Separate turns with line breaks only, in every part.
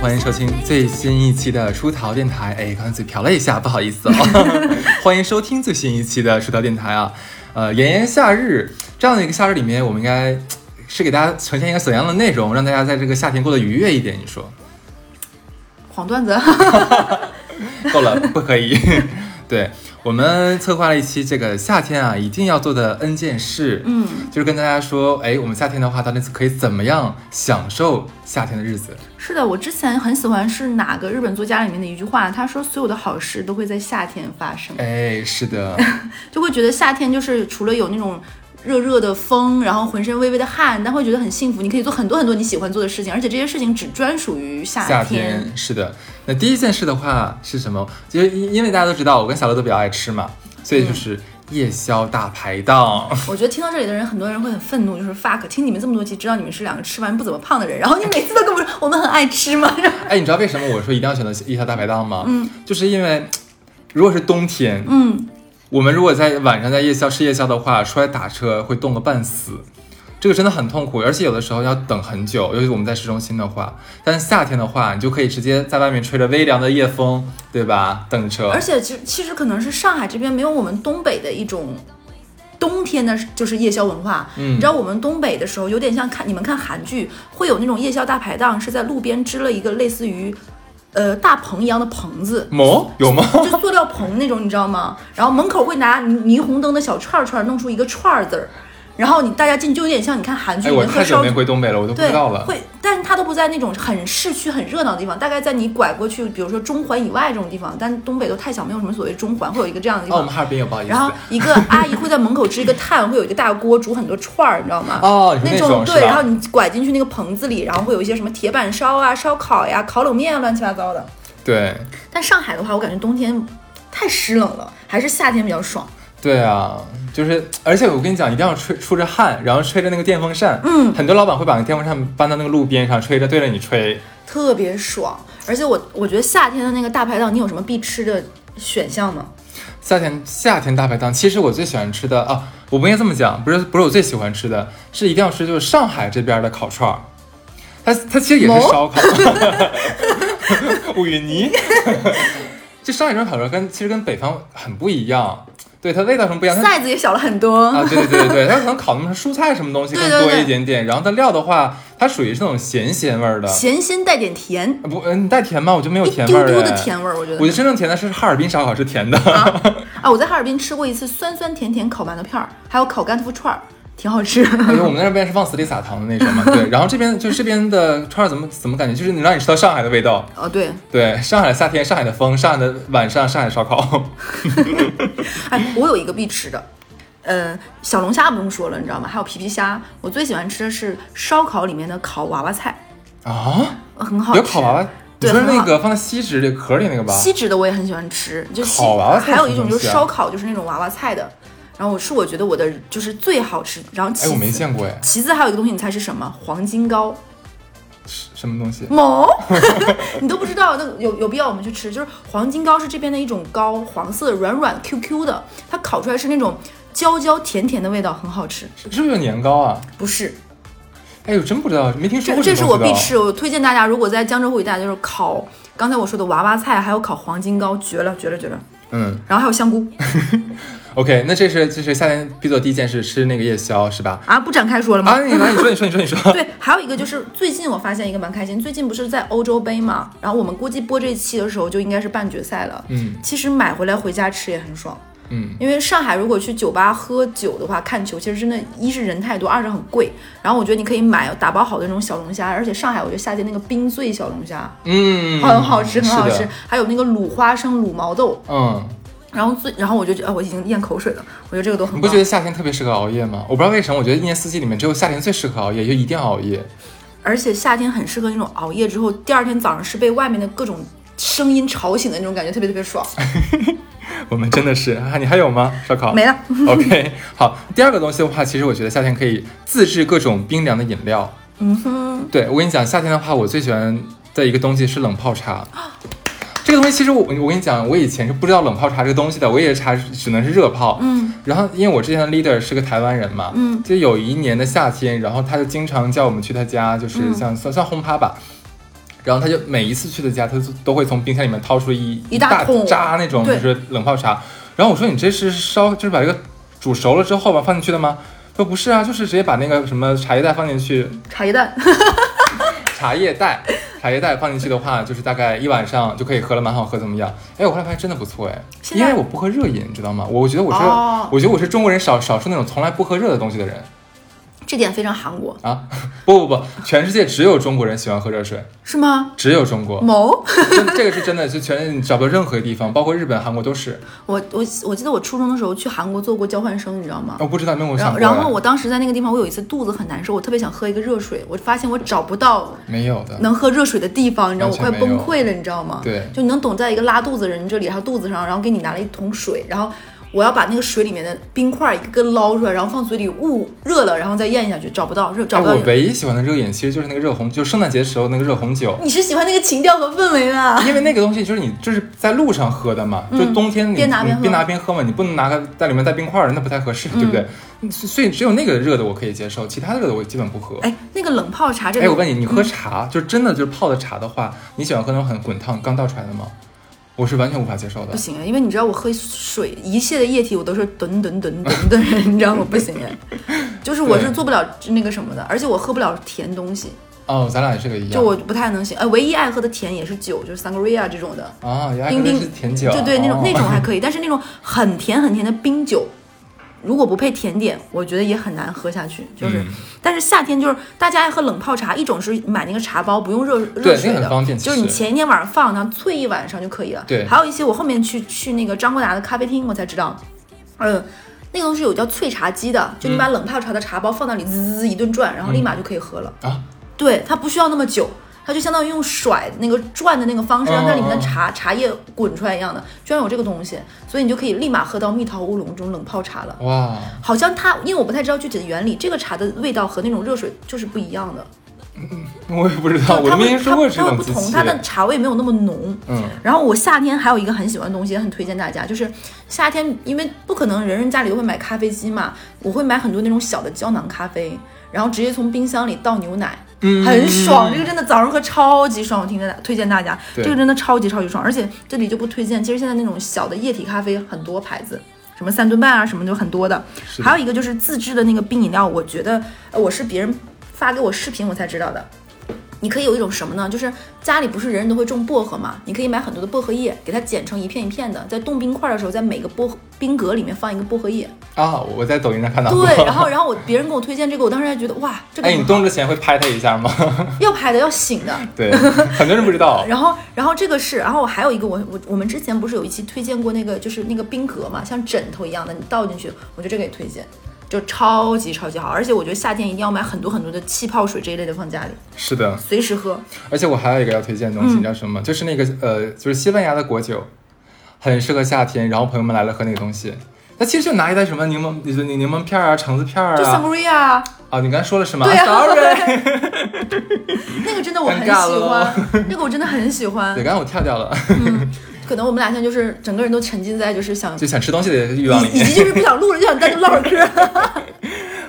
欢迎收听最新一期的出逃电台。哎，刚才嘴瓢了一下，不好意思哦。欢迎收听最新一期的出逃电台啊。呃，炎炎夏日这样的一个夏日里面，我们应该嘖是给大家呈现一个怎样的内容，让大家在这个夏天过得愉悦一点？你说
黄段子，
够了，不可以。 对我们策划了一期这个夏天啊一定要做的 N 件事，
嗯，
就是跟大家说，哎，我们夏天的话，到底可以怎么样享受夏天的日子？
是的，我之前很喜欢是哪个日本作家里面的一句话，他说所有的好事都会在夏天发生，
哎，是的，
就会觉得夏天就是除了有那种热热的风，然后浑身微微的汗，但会觉得很幸福，你可以做很多很多你喜欢做的事情，而且这些事情只专属于夏
夏天是的。那第一件事的话是什么？就是因因为大家都知道，我跟小乐都比较爱吃嘛，所
嗯
以就是夜宵大排档。
我觉得听到这里的人，很多人会很愤怒，就是 fuck，听你们这么多集，知道你们是两个吃完不怎么胖的人，然后你每次都跟我说我们很爱吃嘛，
哎，你知道为什么我说一定要选择夜宵大排档吗？嗯，就是因为如果是冬 天，
嗯，
我们如果在晚上在夜宵吃夜宵的话，出来打车会冻个半死。这个真的很痛苦，而且有的时候要等很久，尤其我们在市中心的话。但是夏天的话，你就可以直接在外面吹着微凉的夜风，对吧？等车
而。且其实其实可能是上海这边没有我们东北的一种冬天的，就是夜宵文化。
嗯
你知道我们东北的时候，有点像看你们看韩剧，会有那种夜宵大排档，是在路边支了一个类似于呃大棚一样的棚子。
么有吗？
就塑料棚那种，你知道吗？然后门口会拿霓霓虹灯的小串儿串儿弄出一个串儿字儿，然后你大家进就有点像你看韩剧
哎，
里
我
面
太
会
久
烧
没回东北了，我都不
对
知道，了。
会，但是它都不在那种很市区、很热闹的地方，大概在你拐过去，比如说中环以外这种地方，但东北都太小，没有什么所谓中环，会有一个这样的地
哦，我
方。
们哈尔滨有，不好意思。
然后一个阿姨会在门口支一个炭，会有一个大锅煮很多串儿，你知道吗？
哦你说那
种
种是
对，
吧
然后你拐进去那个棚子里，然后会有一些什么铁板烧啊、烧烤呀、烤冷面啊，乱七八糟的。
对
但上海的话，我感觉冬天太湿冷了，还是夏天比较爽。
对啊，就是，而且我跟你讲，一定要吹出着汗，然后吹着那个电风扇。
嗯，
很多老板会把那电风扇搬到那个路边上，吹着对着你吹。
特别爽。而且我我觉得夏天的那个大排档，你有什么必吃的选项吗？
夏天夏天大排档，其实我最喜欢吃的啊，我不应该这么讲，不是不是我最喜欢吃的，是一定要吃就是上海这边的烤串儿，它它其实也是
某
烧烤。吴允 妮，这上海这边烤串儿跟其实跟北方很不一样，对它味道什么不一样，它
size 也小了很多。
啊，对对对对，它可能烤那么蔬菜什么东西更
对对
多
对
一点点，然后它料的话，它属于是那种咸咸味儿的。
咸鲜带点甜，
不，嗯，你带甜吗？我就没有
一
啊甜
丢
味儿
丢的
哎
甜味儿，我觉
我觉
得
得真正甜的是哈尔滨烧烤是 甜的，
啊，我在哈尔滨吃过一次酸酸甜甜烤馒头片儿，还有烤干豆腐串儿，挺好吃。
因为我们那边是往死里撒糖的那种嘛。对，然后这边就是这边的串儿怎么怎么感觉，就是能让你吃到上海的味道。
哦，对，
对，上海的夏天，上海的风，上海的晚上，上海烧烤。
哎，我有一个必吃的，呃，小龙虾不用说了，你知道吗？还有皮皮虾，我最喜欢吃的是烧烤里面的烤娃娃菜，
啊，
呃很好吃。
有烤娃娃，你
对
说
很
那
好
个放在锡纸里壳里那个吧？
锡纸的我也很喜欢吃，就锡
烤娃娃菜
还有一种
什
就
么东西
是
啊
烧烤，就是那种娃娃菜的，然后我是我觉得我的就是最好吃。然后其
哎，
次
我没见过哎，
其次还有一个东西，你猜是什么？黄金糕。
什么东西？
某， 你都不知道，那有有必要我们去吃？就是黄金糕是这边的一种糕，黄色的软软 Q Q 的，它烤出来是那种焦焦甜甜的味道，很好吃。
是是不是有年糕啊？
不是，
哎，我真不知道，没听说
这
过
这是
种
我
东
必
西的哦
吃，我推荐大家，如果在江浙沪一带，就是烤刚才我说的娃娃菜，还有烤黄金糕，绝了绝了绝了。
嗯。
然后还有香 菇
OK，那这是这是夏天必做第一件事，吃那个夜宵是吧？
啊，不展开说了吗？
啊，你来，你说，你说，你说，你 说。
对，还有一个就是最近我发现一个蛮开心，最近不是在欧洲杯嘛，然后我们估计播这期的时候就应该是半决赛了。
嗯
其实买回来回家吃也很爽，
嗯，
因为上海如果去酒吧喝酒的话，看球其实真的，一是人太多，二是很贵。然后我觉得你可以买打包好的那种小龙虾，而且上海我觉得夏天那个冰醉小龙虾
嗯，
很好吃，很好
是
吃
的。。
还有那个卤花生、卤毛豆，
嗯，
然后最，然后我就觉得，啊，我已经咽口水了，我觉得这个都很
你不
棒
觉。得夏天特别适合熬夜吗？我不知道为什么，我觉得一年四季里面只有夏天最适合熬夜，就一定要熬夜。
而且夏天很适合那种熬夜之后，第二天早上是被外面的各种声音吵醒的那种感觉，特别特别爽。
我们真的是，啊、你还有吗？烧烤
没了，
OK，好。第二个东西的话，其实我觉得夏天可以自制各种冰凉的饮料。
嗯哼，
对我跟你讲，夏天的话，我最喜欢的一个东西是冷泡茶。这个东西其实我我跟你讲，我以前是不知道冷泡茶这个东西的，我也是茶只能是热泡。
嗯，
然后因为我之前的 leader 是个台湾人嘛，
嗯，
就
嗯
有一年的夏天，然后他就经常叫我们去他家，就是像、算算轰趴吧。然后他就每一次去的家，他都都会从冰箱里面掏出一
一大
大
桶
扎那种就
对
是冷泡茶。然后我说你这是烧，就是把这个煮熟了之后吧放进去的吗？他说不是啊，就是直接把那个什么茶 叶蛋放进去，
茶叶蛋，
茶叶蛋，茶叶蛋放进去的话，就是大概一晚上就可以喝了，蛮好喝，怎么样？哎，我后来发现真的不错哎，
现
因
在
为我不喝热饮，你知道吗？我觉得我是，
哦
我觉得我是中国人少少数那种从来不喝热的东西的人
这点非常韩国，
啊！ 不不不，全世界只有中国人喜欢喝热水，
是吗？
只有中 国，
某，
真这个是真的，就全你找不到任何地方，包括日本、韩国都是。
我我我记得我初中的时候去韩国做过交换生，你知道吗？
哦我不知道有没有
然
想
后，
过
然后
哎
我当时在那个地方，我有一次肚子很难受，我特别想喝一个热水，我发现我找不到
没有的，
能喝热水的地方，你知道我
完全
快
没有
崩溃了，你知道吗？
对
就你能懂，在一个拉肚子的人这里，他肚子上，然后给你拿了一桶水，然后我要把那个水里面的冰块一个个捞出来，然后放嘴里捂热了，然后再咽下去，找不到热，
哎，
找不到。
我唯一喜欢的热饮其实就是那个热红，就圣诞节时候那个热红酒。
你是喜欢那个情调和氛围的，
因为那个东西就是你就是在路上喝的嘛，就冬天你
嗯边拿边喝
你边拿边喝嘛，你不能拿个在里面带冰块儿，那不太合适，对不对？
嗯
所所以只有那个热的我可以接受，其他的热的我基本不喝。
哎，那个冷泡茶这个，
哎，我问你，你
嗯
喝茶、就是真的就是泡的茶的话，你喜欢喝那种很滚烫刚倒出来的吗？我是完全无法接受的
不。行啊，因为你知道我喝水一切的液体我都是吨吨吨吨的人， 你知道我不行哎，就是我是
对
做不了那个什么的，而且我喝不了甜东西，
哦，咱俩也是个一样。
就我不太能行。哎，唯一爱喝的甜也是酒，就是 sangria 这种的，
啊，原来
冰
跟
冰
是甜酒啊，
就对那种、
哦
那种还可以，但是那种很甜很甜的冰酒，如果不配甜点，我觉得也很难喝下去。就是，
嗯
但是夏天就是大家爱喝冷泡茶，一种是买那个茶包不用热热水
那
的，
个很方便其
就是你
实
前一天晚上放，然后萃一晚上就可以了。
对
还有一些我后面去去那个张国达的咖啡厅，我才知道，嗯。那个东西有叫萃茶机的，就你
嗯
把冷泡茶的茶包放那里，滋滋滋一顿转，然后立马就可以喝了。
啊，
对，它不需要那么久，它就相当于用甩那个转的那个方式，让它里面的茶茶叶滚出来一样的，居然有这个东西，所以你就可以立马喝到蜜桃乌龙这种冷泡茶了。
哇，
好像它，因为我不太知道具体的原理，这个茶的味道和那种热水就是不一样的。
我也不知啊道，我
它
没
会
听说过这
它它会
种
不
机
同，
器。
它的茶味没有那么浓。
嗯，
然后我夏天还有一个很喜欢的东西，也很推荐大家，就是夏天，因为不可能人人家里都会买咖啡机嘛，我会买很多那种小的胶囊咖啡，然后直接从冰箱里倒牛奶，
嗯
很爽，这个真的早上喝超级爽，我听着推荐大家，
对
这个真的超级超级爽，而且这里就不推荐，其实现在那种小的液体咖啡很多牌子。什么三顿半啊，什么就很多的，
是的
还有一个就是自制的那个冰饮料，我觉得呃我是别人发给我视频我才知道的，你可以有一种什么呢？就是家里不是人人都会种薄荷嘛？你可以买很多的薄荷叶，给它剪成一片一片的，在冻冰块的时候，在每个薄荷冰格里面放一个薄荷叶。
啊，我在抖音上看到过。
对，然后然后我别人给我推荐这个，我当时还觉得哇，这个
哎，你动之前会拍它一下吗？
要拍的要醒的。
对，很多人不知道。
然后，然后这个是，然后我还有一个，我我我们之前不是有一期推荐过那个，就是那个冰格嘛，像枕头一样的，你倒进去，我觉得这个也推荐，就超级超级好。而且我觉得夏天一定要买很多很多的气泡水这一类的放家里，
是的，
随时喝。
而且我还有一个要推荐的东
嗯
西，你知道什么？就是那个呃，就是西班牙的果酒，很适合夏天。然后朋友们来了喝那个东西，那其实就拿一袋什么柠檬、就是柠柠檬片儿啊、橙子片儿
就
啊。
sangria 啊。
啊，你刚才说了什么、
对啊
s o r r y
那个真的我很喜
尴尬了
欢，那个我真的很喜欢
对，。刚才我跳掉了，
可能我们俩现在就是整个人都沉浸在就是想，
就想吃东西的欲望里
以以
面。
及就是不想录了，就想单独唠会儿嗑。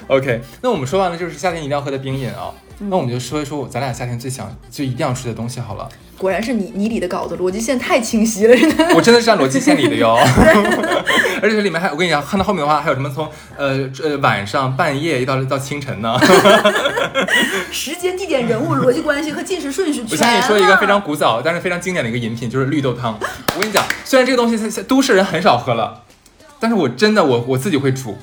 OK，那我们说完了就是夏天一定要喝的冰饮啊。
嗯
那我们就说一说我咱俩夏天最想就一定要吃的东西好了。
果然是你你理的稿子，逻辑线太清晰了，真的。
我真的是按逻辑线理的哟， 而且里面还我跟你讲，看到后面的话还有什么从呃呃晚上半夜一到到清 晨呢？
时间、地点、 人物、逻辑关系和进食顺序
我
全
先
了。
给你说一个非常古早但是非常经典的一个饮品，就是绿豆汤。我跟你讲，虽然这个东西在在都市人很少喝了，但是我真的我我自己会煮，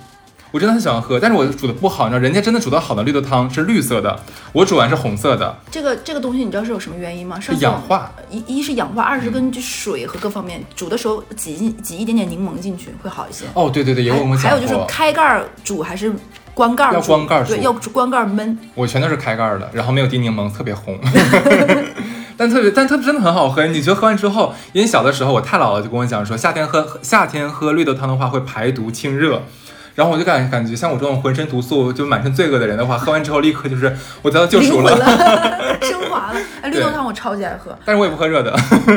我真的很喜欢喝，但是我煮的不好，你知道，人家真的煮的好的绿豆汤是绿色的，我煮完是红色的，
这个这个东西，你知道是有什么原因吗？
是
上次我
氧化。嗯
一一是氧化，二是根据水和各方面煮的时候挤进挤一点点柠檬进去会好一些。
哦，对对对，也有跟我
还
讲
有就是
过，
开盖儿煮还是关盖儿煮？
要关盖儿煮
对，要关盖儿焖。
我全都是开盖儿的，然后没有滴柠檬，特别红。 但特别，但它真的很好喝。你觉得喝完之后，因为小的时候我太姥姥就跟我讲说，夏天喝夏天喝绿豆汤的话会排毒清热，然后我就感感觉像我这种浑身毒素就满身罪恶的人的话，喝完之后立刻 就是我得到救
灵
赎
魂
了。
了， 升华了。哎，绿豆
对
汤我超级爱喝，
但是我也不喝热的，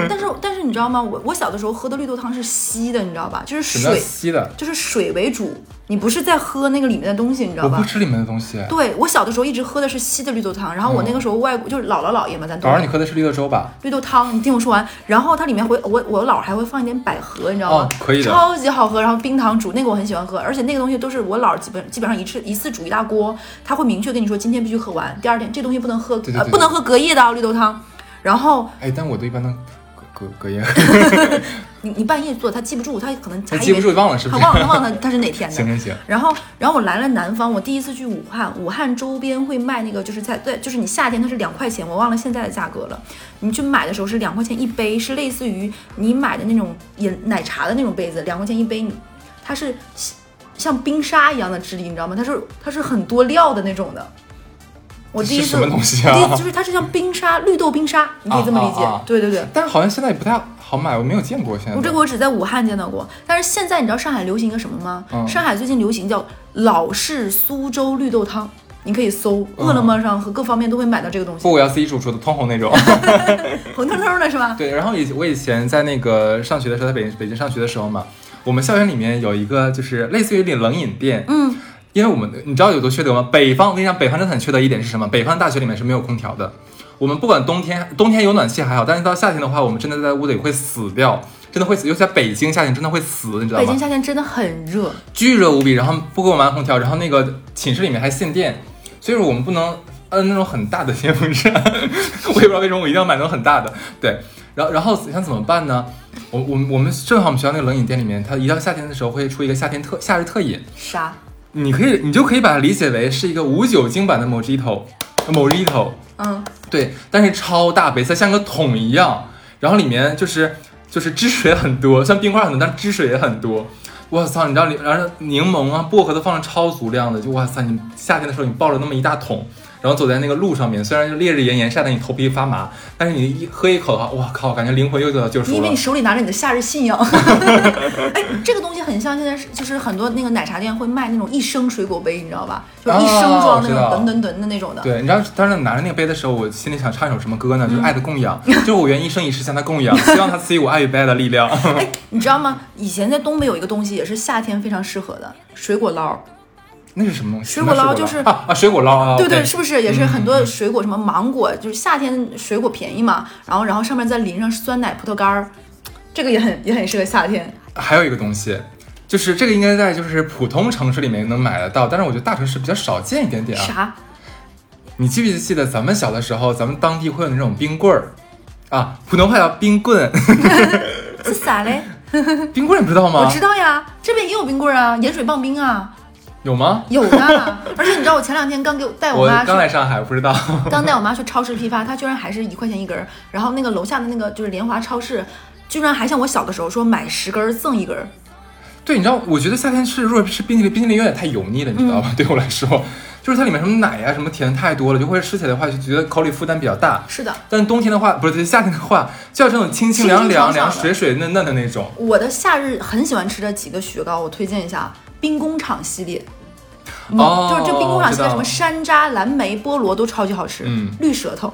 但是但是你知道吗？我我小的时候喝的绿豆汤是稀的，你知道吧？就是
什么叫
水，
稀的？
就是水为主，你不是在喝那个里面的东西，你知道
我不
吧？
吃里面的东西。
对我小的时候一直喝的是稀的绿豆汤，然
嗯
后我那个时候外就是姥姥姥爷嘛，咱东
早
北
上你喝的是绿豆粥吧？
绿豆汤，你听我说完。然后它里面会，我我姥儿还会放一点百合，你知道吗？
哦可以的
超级好喝。然后冰糖煮那个我很喜欢喝，而且那个东西都是我姥儿基本基本上一次一次煮一大锅，他会明确跟你说今天必须喝完，第二天这东西不能喝，
对对
呃
对
不能喝隔夜的、啊、绿豆汤。然后
哎，但我都一般都隔隔隔夜，
你你半夜做，他记不住，他可能还
还
以为
记不住，忘了是不
他
是？
哎忘了忘了他是哪天的。
行行行，
然后，然后我来了南方，我第一次去武汉，武汉周边会卖那个，就是在对，就是你夏天它是两块钱，我忘了现在的价格了。你去买的时候是两块钱一杯，是类似于你买的那种饮奶茶的那种杯子，两块钱一杯，你它是像冰沙一样的质地，你知道吗？它是它是很多料的那种的。我第一
是
次，
什么东西
第一次
啊
就？是它是像冰沙，绿豆冰沙，你可以这么理解。
啊啊啊
对对对。
但是好像现在也不太好买，我没有见过现在。
我这个我只在武汉见到过，但是现在你知道上海流行一个什么吗？
嗯
上海最近流行叫老式苏州绿豆汤，你可以搜，
嗯
饿了么上和各方面都会买到这个东西，
不，我要自己煮出的通红那种。
红彤彤的是吧？
对，然后以我以前在那个上学的时候，在北北京上学的时候嘛，我们校园里面有一个就是类似于点冷饮店，
嗯，
因为我们你知道有多缺德吗？北方我跟你讲，北方真的很缺德一点是什么？北方大学里面是没有空调的，我们不管冬天，冬天有暖气还好，但是到夏天的话，我们真的在屋子里会死掉。真的会死，尤其在北京夏天真的会死，你知道
北
吗
京？夏天真的很热，
巨热无比，然后不给我们安空调，然后那个寝室里面还限电，所以说我们不能摁那种很大的电风扇， 我也不知道为什么我一定要买那种很大的，对，然后然后想怎么办呢？我我们我们正好我们学校那个冷饮店里面，它一到夏天的时候会出一个夏天特夏日特饮，
啥？
你可以你就可以把它理解为是一个无酒精版的 Mojito Mojito，
嗯，
对，但是超大杯，它像个桶一样，然后里面就是就是汁水很多，像冰块很多，但是汁水也很多。我操，你知道里，然后柠檬啊、薄荷都放了超足量的，就哇塞，你夏天的时候你抱着那么一大桶，然后走在那个路上面，虽然就烈日炎炎晒得你头皮发麻，但是你一喝一口的话，哇靠，感觉灵魂又得到救
你
赎
以为
了
你。手里拿着你的夏日信仰？ 哎，这个东西很像现在是就是很多那个奶茶店会卖那种一升水果杯，你知道吧？就是一升
哦
装
我
那
知
种
道
等等等的那种的。
对，你知道当时拿着那个杯的时候，我心里想唱一首什么歌呢？就是《爱的供养》，就是我愿一生一世向他供养，希望他赐予我爱与被爱的力量。
哎，你知道吗？以前在东北有一个东西也是夏天非常适合的水果捞儿。
那是什么东西？
水果捞
什么
就是
啊啊，水果捞啊，
对对，
OK
是不是也是很
嗯
多水果，什么芒果，就是夏天水果便宜嘛，然后然后上面再淋上酸奶、葡萄干儿，这个也很也很适合夏天。
还有一个东西，就是这个应该在就是普通城市里面能买得到，但是我觉得大城市比较少见一点点啊。
啥？
你记不记得咱们小的时候，咱们当地会有那种冰棍儿啊，普通话叫冰 棍，
是啥嘞？
冰棍儿你不知道
我
吗
知？道呀，这边也有冰棍儿啊，盐水棒冰啊，
有吗？
有 的。而且你知道，我前两天刚给我带我
我
妈去
刚，来上海，我不知道。
刚带我妈去超市批发，她居然还是一块钱一根儿。然后那个楼下的那个就是联华超市，居然还像我小的时候说买十根儿赠一根儿。
对，你知道，我觉得夏天吃如果是冰淇淋，冰淇淋有点太油腻了，你知道吧？对我来说，就是它里面什么奶呀、什么甜太多了，就会吃起来的话就觉得口里负担比较大。
是的，
但冬天的话，不是夏天的话，就要这种清清凉凉、凉水水嫩嫩的那种。
我的夏日很喜欢吃的几个雪糕，我推荐一下啊冰工厂系列。嗯
哦
就是这冰工厂系列，
我知道
什么山楂、蓝莓、菠萝都超级好吃。
嗯
绿舌头，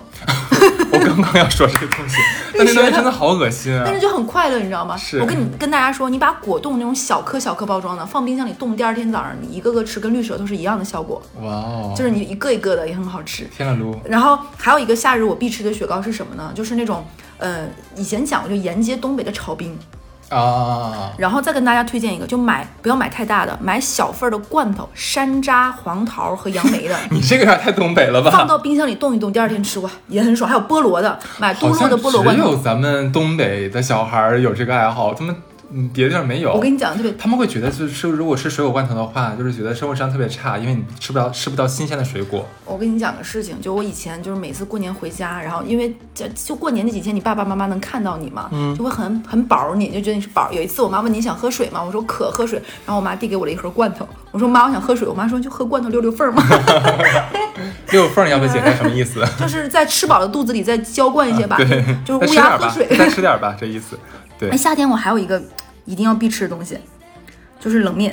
我刚刚要说这个 东西，但那东西真的好恶心啊
但！是就很快乐，你知道吗？
是
我跟你跟大家说，你把果冻那种小颗小颗包装的放冰箱里冻，第二天早上你一个个吃，跟绿舌头是一样的效果，
哇哦，
就是你一个一个的也很好吃。
天了噜，
然后还有一个夏日我必吃的雪糕是什么呢？就是那种，呃，以前讲过，就沿街东北的炒冰，
啊！
然后再跟大家推荐一个，就买不要买太大的，买小份儿的罐头，山楂、黄桃和杨
，
梅的
你这个有点太东北了
放
吧？
到冰箱里冻一冻，第二天吃哇也很爽。还有菠萝的，买
好
多肉
像
的菠萝罐
只
头。
有咱们东北的小孩儿有这个爱好，他们嗯别的地儿没有。
我跟你讲，特别
他们会觉得就是吃如果吃水果罐头的话，就是觉得生活质量特别差，因为你吃不到吃不到新鲜的水 果。
我跟你讲个事情，就我以前就是每次过年回家，然后因为就就过年那几天，你爸爸妈妈能看到你嘛，
嗯
就会很很饱你，就觉得你是饱。有一次我妈问你想喝水吗？我说渴，喝水。然后我妈递给我了一盒罐头，我说妈，我想喝水。我妈说就喝罐头溜溜缝儿嘛，
六缝儿，要不要解释什么 意思？
就是在吃饱了肚子里再浇灌一些吧，
对，
啊就是乌
再吃点
鸦
儿
喝
吧
水。，
再吃点儿吧，这意思。对
哎，，夏天我还有一个一定要必吃的东西，就是冷面。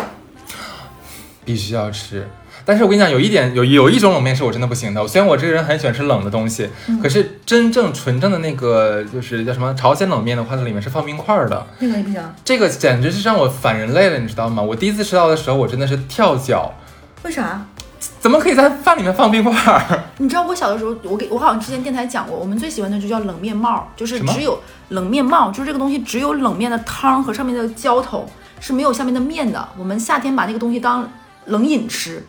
必须要吃。但是我跟你讲，有一点有有一种冷面是我真的不行的。虽然我这个人很喜欢吃冷的东西，
嗯
可是真正纯正的那个就是叫什么朝鲜冷面的话，它里面是放冰块儿的，
那个也不行，
这个简直是让我反人类了，你知道吗？我第一次吃到的时候，我真的是跳脚，
为啥？
怎么可以在饭里面放冰块儿？
你知道我小的时候，我给我好像之前电台讲过，我们最喜欢的就叫冷面帽，就是
什么
只有冷面帽，就是这个东西只有冷面的汤和上面的浇头是没有下面的面的。我们夏天把那个东西当冷饮吃，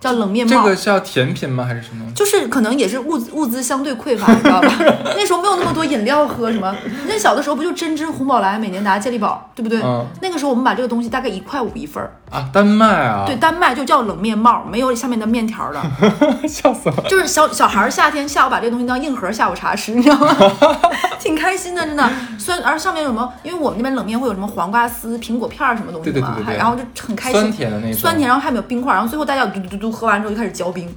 叫冷面
这
帽。
个是要甜品吗？还是什么？
就是可能也是物资物资相对匮乏，你知 道吧？那时候没有那么多饮料喝，什么？那小的时候不就针织、红宝来、美年达、健力宝，对不对？
嗯
那个时候我们把这个东西大概一块五一份儿，
啊，丹麦啊，
对，，丹麦就叫冷面帽，没有下面的面条了。
笑死了。
就是小小孩儿夏天下午把这个东西当硬核下午茶吃，你知道吗？ 挺开心的，真的。虽然而上面有什么，因为我们那边冷面会有什么黄瓜丝、苹果片儿什么东西
对对
嘛，
对对对
还然后就很开心，
酸甜的那种
酸甜，然后还没有冰块，然后最后大家嘟嘟嘟嘟喝完之后就开始嚼冰，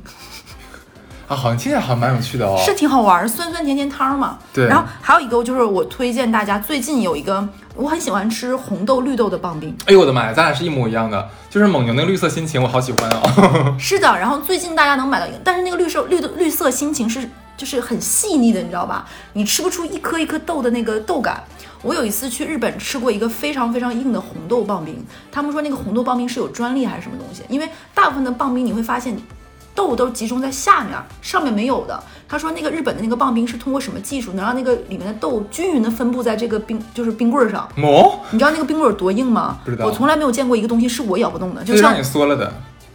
啊，好像听起来好像蛮有趣的哦。
是挺好玩儿，酸酸甜甜汤嘛。
对
然后还有一个就是我推荐大家，最近有一个我很喜欢吃红豆绿豆的棒冰，
哎呦我的妈呀，咱俩是一模一样的，就是蒙牛那个绿色心情，我好喜欢哦。
是的。然后最近大家能买到一个，但是那个绿色绿豆绿色心情是就是很细腻的，你知道吧？你吃不出一颗一颗豆的那个豆感。我有一次去日本吃过一个非常非常硬的红豆棒冰，他们说那个红豆棒冰是有专利还是什么东西，因为大部分的棒冰你会发现豆都集中在下面，上面没有的。他说那个日本的那个棒冰是通过什么技术能让那个里面的豆均匀的分布在这个冰就是冰棍儿上？
磨，
你知道那个冰棍儿有多硬吗？
不知道
我从来没有见过一个东西是我咬不动的，
就
就是像
让你缩了的。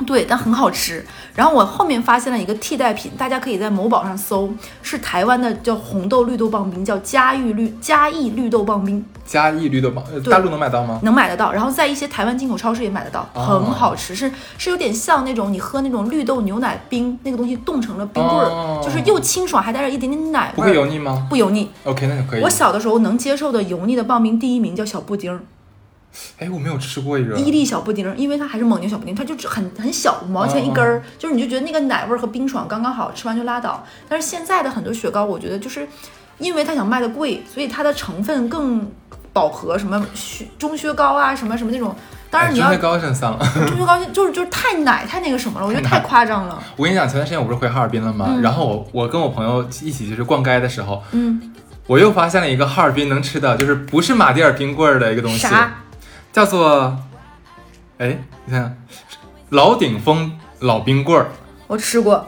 对，但很好吃。然后我后面发现了一个替代品，大家可以在某宝上搜，是台湾的叫红豆绿豆棒冰，叫嘉裕绿嘉义绿豆棒冰，
嘉义绿豆棒，呃
对
大陆能买到吗？
能买得到。然后在一些台湾进口超市也买得到，
哦
很好吃，是是有点像那种你喝那种绿豆牛奶冰，那个东西冻成了冰棍儿，
哦
就是又清爽还带着一点点奶
不
味
会
儿，
油腻吗
不油腻。
？OK，那就可以
哎我。小的时候能接受的油腻的棒冰，第一名叫小布丁儿，
哎，我没有吃过一个。
伊利小布丁儿，因为它还是蒙牛小布丁，它就只很很小，五毛钱一根
嗯
儿，就是你就觉得那个奶味儿和冰爽刚刚好，吃完就拉倒。但是现在的很多雪糕，我觉得就是因为它想卖的贵，所以它的成分更饱和，什么雪中薛高啊，什么什么那种。当然你要
哎、高真丧。
中薛高就是就是太奶太那个什么了，我觉得太
太奶
夸张了。
我跟你讲，前段时间我不是回哈尔滨了吗？然后我我跟我朋友一起就是逛街的时候，
嗯，
我又发现了一个哈尔滨能吃的，就是不是马迭尔冰棍儿的一个东西，
啥？
叫做，哎，你看，老鼎峰老冰棍儿。
我吃过，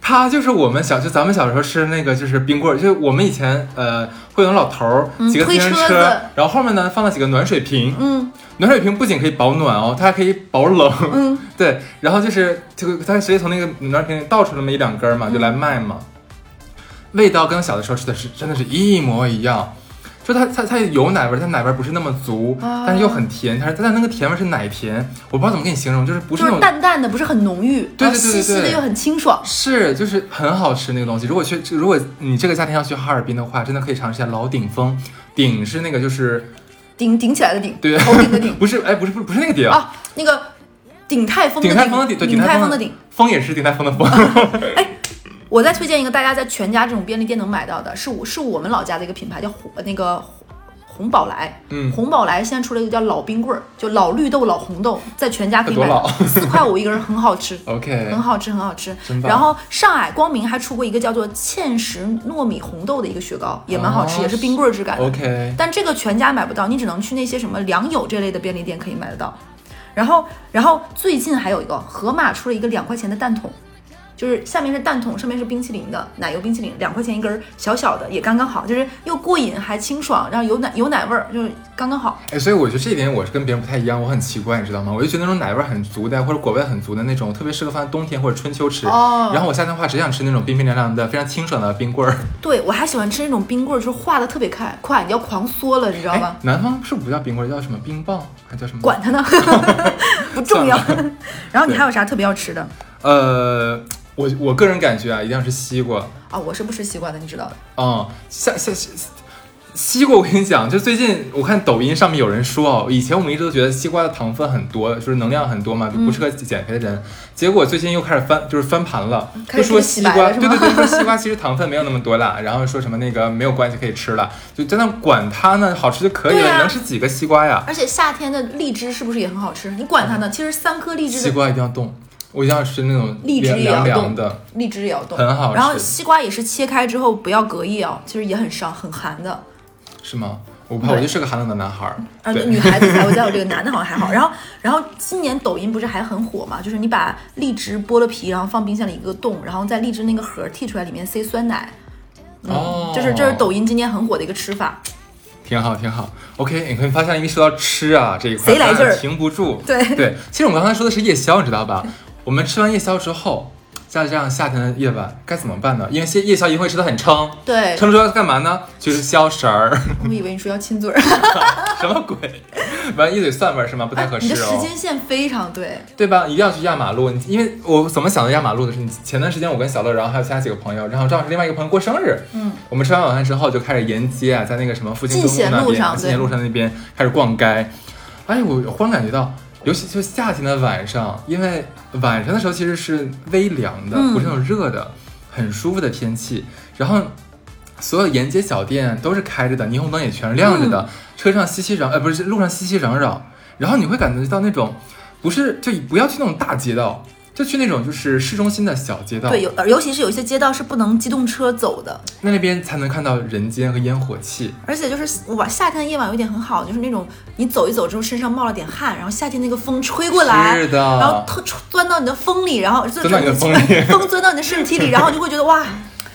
它就是我们小就咱们小时候吃的那个就是冰棍儿，就是我们以前呃会有老头儿
嗯
几个自行
推车
车，
子
然后后面呢放了几个暖水瓶，
嗯
暖水瓶不仅可以保暖哦，它还可以保冷。
嗯，
对，然后就是这个，他直接从那个暖水瓶里倒出那么一两根儿嘛，就来卖
嗯
嘛。味道跟小的时候吃的是真的是一模一样，就它它它有奶味儿，它奶味儿不是那么足，
啊
但是又很甜，它是但那个甜味儿是奶甜，我不知道怎么跟你形容，就是不是
就
那
是
种
淡淡的，不是很浓郁，
对对对
然后稀稀
对
的
对
又很清爽。
是，就是很好吃那个东西。如果去，如果你这个夏天要去哈尔滨的话，真的可以尝试一下老鼎峰。鼎是那个就是
顶顶起来的顶，
对
头顶的顶
不是哎不是不是不是那个鼎，
啊，那个鼎泰丰的
鼎泰丰的鼎，对
鼎
鼎
泰
丰
丰的嗯鼎。，
风也是鼎泰丰的风。
我再推荐一个大家在全家这种便利店能买到的，是我是我们老家的一个品牌，叫红那个红红宝来。
嗯
红宝来现在出了一个叫老冰棍儿，就老绿豆、老红豆，在全家可以买到
多，
四块五一根儿，很好 吃。
OK，
很好吃，很好吃
真。棒
然后上海光明还出过一个叫做芡实糯米红豆的一个雪糕，也蛮好吃，
哦
也是冰棍儿质感的。
OK，
但这个全家买不到，你只能去那些什么良友这类的便利店可以买得到。然后，然后最近还有一个盒马出了一个两块钱的蛋筒，就是下面是蛋筒，上面是冰淇淋的奶油冰淇淋，两块钱一根儿，小小的也刚刚好，就是又过瘾还清爽，然后有奶有奶味儿，就是刚刚好。
哎，所以我觉得这一点我是跟别人不太一样，我很奇怪，你知道吗？我就觉得那种奶味儿很足的，或者果味很足的那种，特别适合放在冬天或者春秋吃。
哦
然后我夏天的话，只想吃那种冰冰凉凉的、非常清爽的冰棍儿。
对我还喜欢吃那种冰棍儿，就是化的特别快，快你要狂缩了，你知道吗
哎？，南方是不是不叫冰棍儿，叫什么冰棒，还叫什么？
管它 呢，不重要。 然后你还有啥特别要吃的
呃，我我个人感觉啊，一定要吃西瓜。
啊、我是不吃西瓜的，你知道的。
嗯，下下下西瓜，我跟你讲，就最近我看抖音上面有人说哦，以前我们一直都觉得西瓜的糖分很多，就是能量很多嘛，就不
嗯
适合减肥的人。结果最近又开始翻，就是翻盘了，
嗯开
就
始
说
给洗
西
白
瓜，
了是
对
吗
对对，说 西瓜其实糖分没有那么多啦，然后说什么那个没有关系可以吃了，就真的管它呢，好吃就可以了，
对啊
你能吃几个西瓜呀？
而且夏天的荔枝是不是也很好吃？你管它呢，其实三颗荔枝
嗯西
的
瓜一定要冻，我想吃那种
荔枝
凉
也要
凉
冻
凉的，
荔枝也要冻，
很好吃
然后西瓜也是切开之后不要隔夜哦，其实也很伤，很寒的。
是吗？我怕我就是个寒冷的男孩儿。
啊，
对，
女孩子才会在乎这个，男的好像还好。然后，然后今年抖音不是还很火嘛？就是你把荔枝剥了皮，然后放冰箱里一个冻，然后在荔枝那个核儿剔出来，里面塞酸奶。嗯，
哦
就是这是抖音今年很火的一个吃法。
挺好，挺好。OK，你会发现，因为说到吃啊这一块，
贼来劲儿
咱俩停不住。
对
对，其实我们刚才说的是夜宵，你知 道吧？我们吃完夜宵之后，再加上夏天的夜晚，该怎么办呢？因为现夜宵一定会吃的很撑，
对，
撑之后要干嘛呢？就是消食儿，
我以为你说要亲嘴儿，
什么鬼？ 完一嘴蒜味儿是吗？不太合
啊你
适
的
哦。
时间线非常对。
对吧？一定要去压马路。你因为我怎么想到压马路的是，你前段时间我跟小乐，然后还有其他几个朋友，然后正好是另外一个朋友过生日，
嗯，
我们吃完晚饭之后就开始沿街啊，在那个什么复兴东
进贤
那
路
边，
上
进贤路上那边开始逛街。哎，我忽然感觉到，尤其就夏天的晚上，因为晚上的时候其实是微凉的，
嗯
不是那种热的，很舒服的天气。然后所有沿街小店都是开着的，霓虹灯也全亮着的，
嗯
车上熙熙攘，呃，不是路上熙熙攘攘，然后你会感觉到那种，不是就不要去那种大街道，就去那种就是市中心的小街道，
对，有尤其是有一些街道是不能机动车走的，
那那边才能看到人间和烟火气。
而且就是晚夏天的夜晚有一点很好，就是那种你走一走之后身上冒了点汗，然后夏天那个风吹过来，
是的啊
然后特钻到你的风里，然后就
钻到你的风里
风钻到你的身体里，然后你就会觉得哇，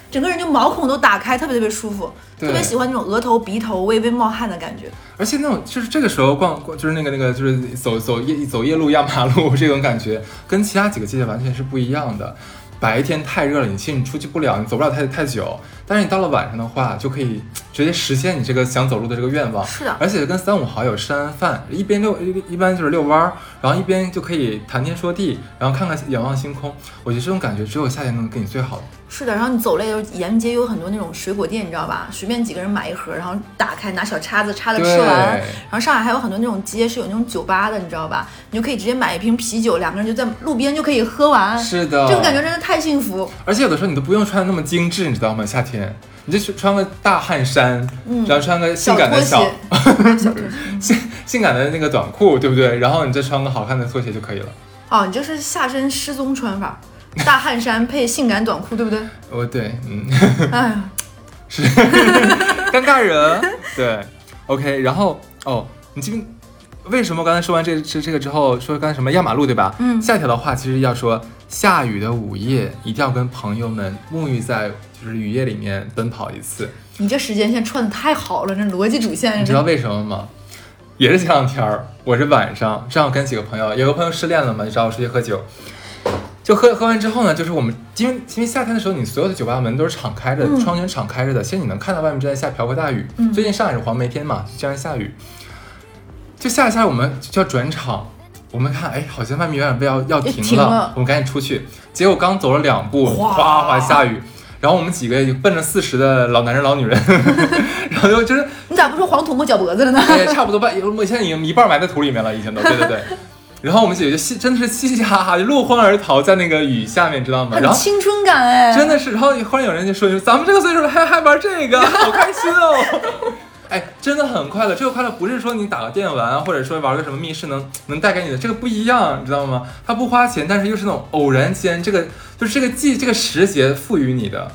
整个人就毛孔都打开，特别特别舒服，
对
特别喜欢那种额头、鼻头微微冒汗的感觉。
而且那种就是这个时候逛，逛就是那个那个就是走走夜走夜路压马路这种感觉，跟其他几个季节完全是不一样的。白天太热了，你其实你出去不了，你走不了太太久。但是你到了晚上的话，就可以直接实现你这个想走路的这个愿望。
是的
而且跟三五好友吃完饭，一边遛一一般就是遛弯儿，然后一边就可以谈天说地，然后看看仰望星空。我觉得这种感觉只有夏天能给你最好的。
是的，然后你走累了，沿街有很多那种水果店，你知道吧？随便几个人买一盒，然后打开拿小叉子叉着吃完。
对
然后上海还有很多那种街是有那种酒吧的，你知道吧？你就可以直接买一瓶啤酒，两个人就在路边就可以喝完。
是的，
嗯这种感觉真的太幸福。
而且有的时候你都不用穿的那么精致，你知道吗？夏天你就去穿个大汗衫，然后穿个性感
拖
的
鞋，
小
嗯小拖鞋。
性性感的那个短裤，对不对？然后你再穿个好看的拖鞋就可以了。
哦，你这是下身失踪穿法，大汗衫配性感短裤，对不对？
哦，对，嗯，
哎呀，
尴尬人，对，OK。然后哦，你记不？为什么刚才说完这这这个之后，说刚才什么压马路对吧？
嗯
下一条的话其实要说，下雨的午夜一定要跟朋友们沐浴在就是雨夜里面奔跑一次。
你这时间线串的太好了，这逻辑主线
你知道为什么吗？也是前两天儿，我是晚上正好跟几个朋友，有个朋友失恋了嘛，就找我出去喝酒。就喝喝完之后呢，就是我们因为因为夏天的时候，你所有的酒吧门都是敞开着，
嗯
窗帘敞开着的，其实你能看到外面正在下瓢泼大雨。
嗯
最近上海是黄梅天嘛，就经常下雨，就下着下着我们就要转场。我们看，哎，好像外面有点要要停
哎
了，
停了
我们赶紧出去。结果刚走了两步，
哗
哗哗下雨，然后我们几个奔着四十的老男人老女人， 然后就就是
你咋不说黄土摸脚脖子了呢？
对，差不多半，我现在已经一半埋在土里面了，已经都，对对对。然后我们姐姐就嘻，真的是嘻嘻哈哈，就落荒而逃，在那个雨下面，知道吗？ 然
很
后
青春感哎，
真的是，然后忽然有人就说一句：“咱们这个岁数还还玩这个，好开心哦！” 哎，真的很快乐。这个快乐不是说你打个电玩啊，或者说玩个什么密室能能带给你的，这个不一样，你知道吗？它不花钱，但是又是那种偶然间，这个就是这个季这个时节赋予你的，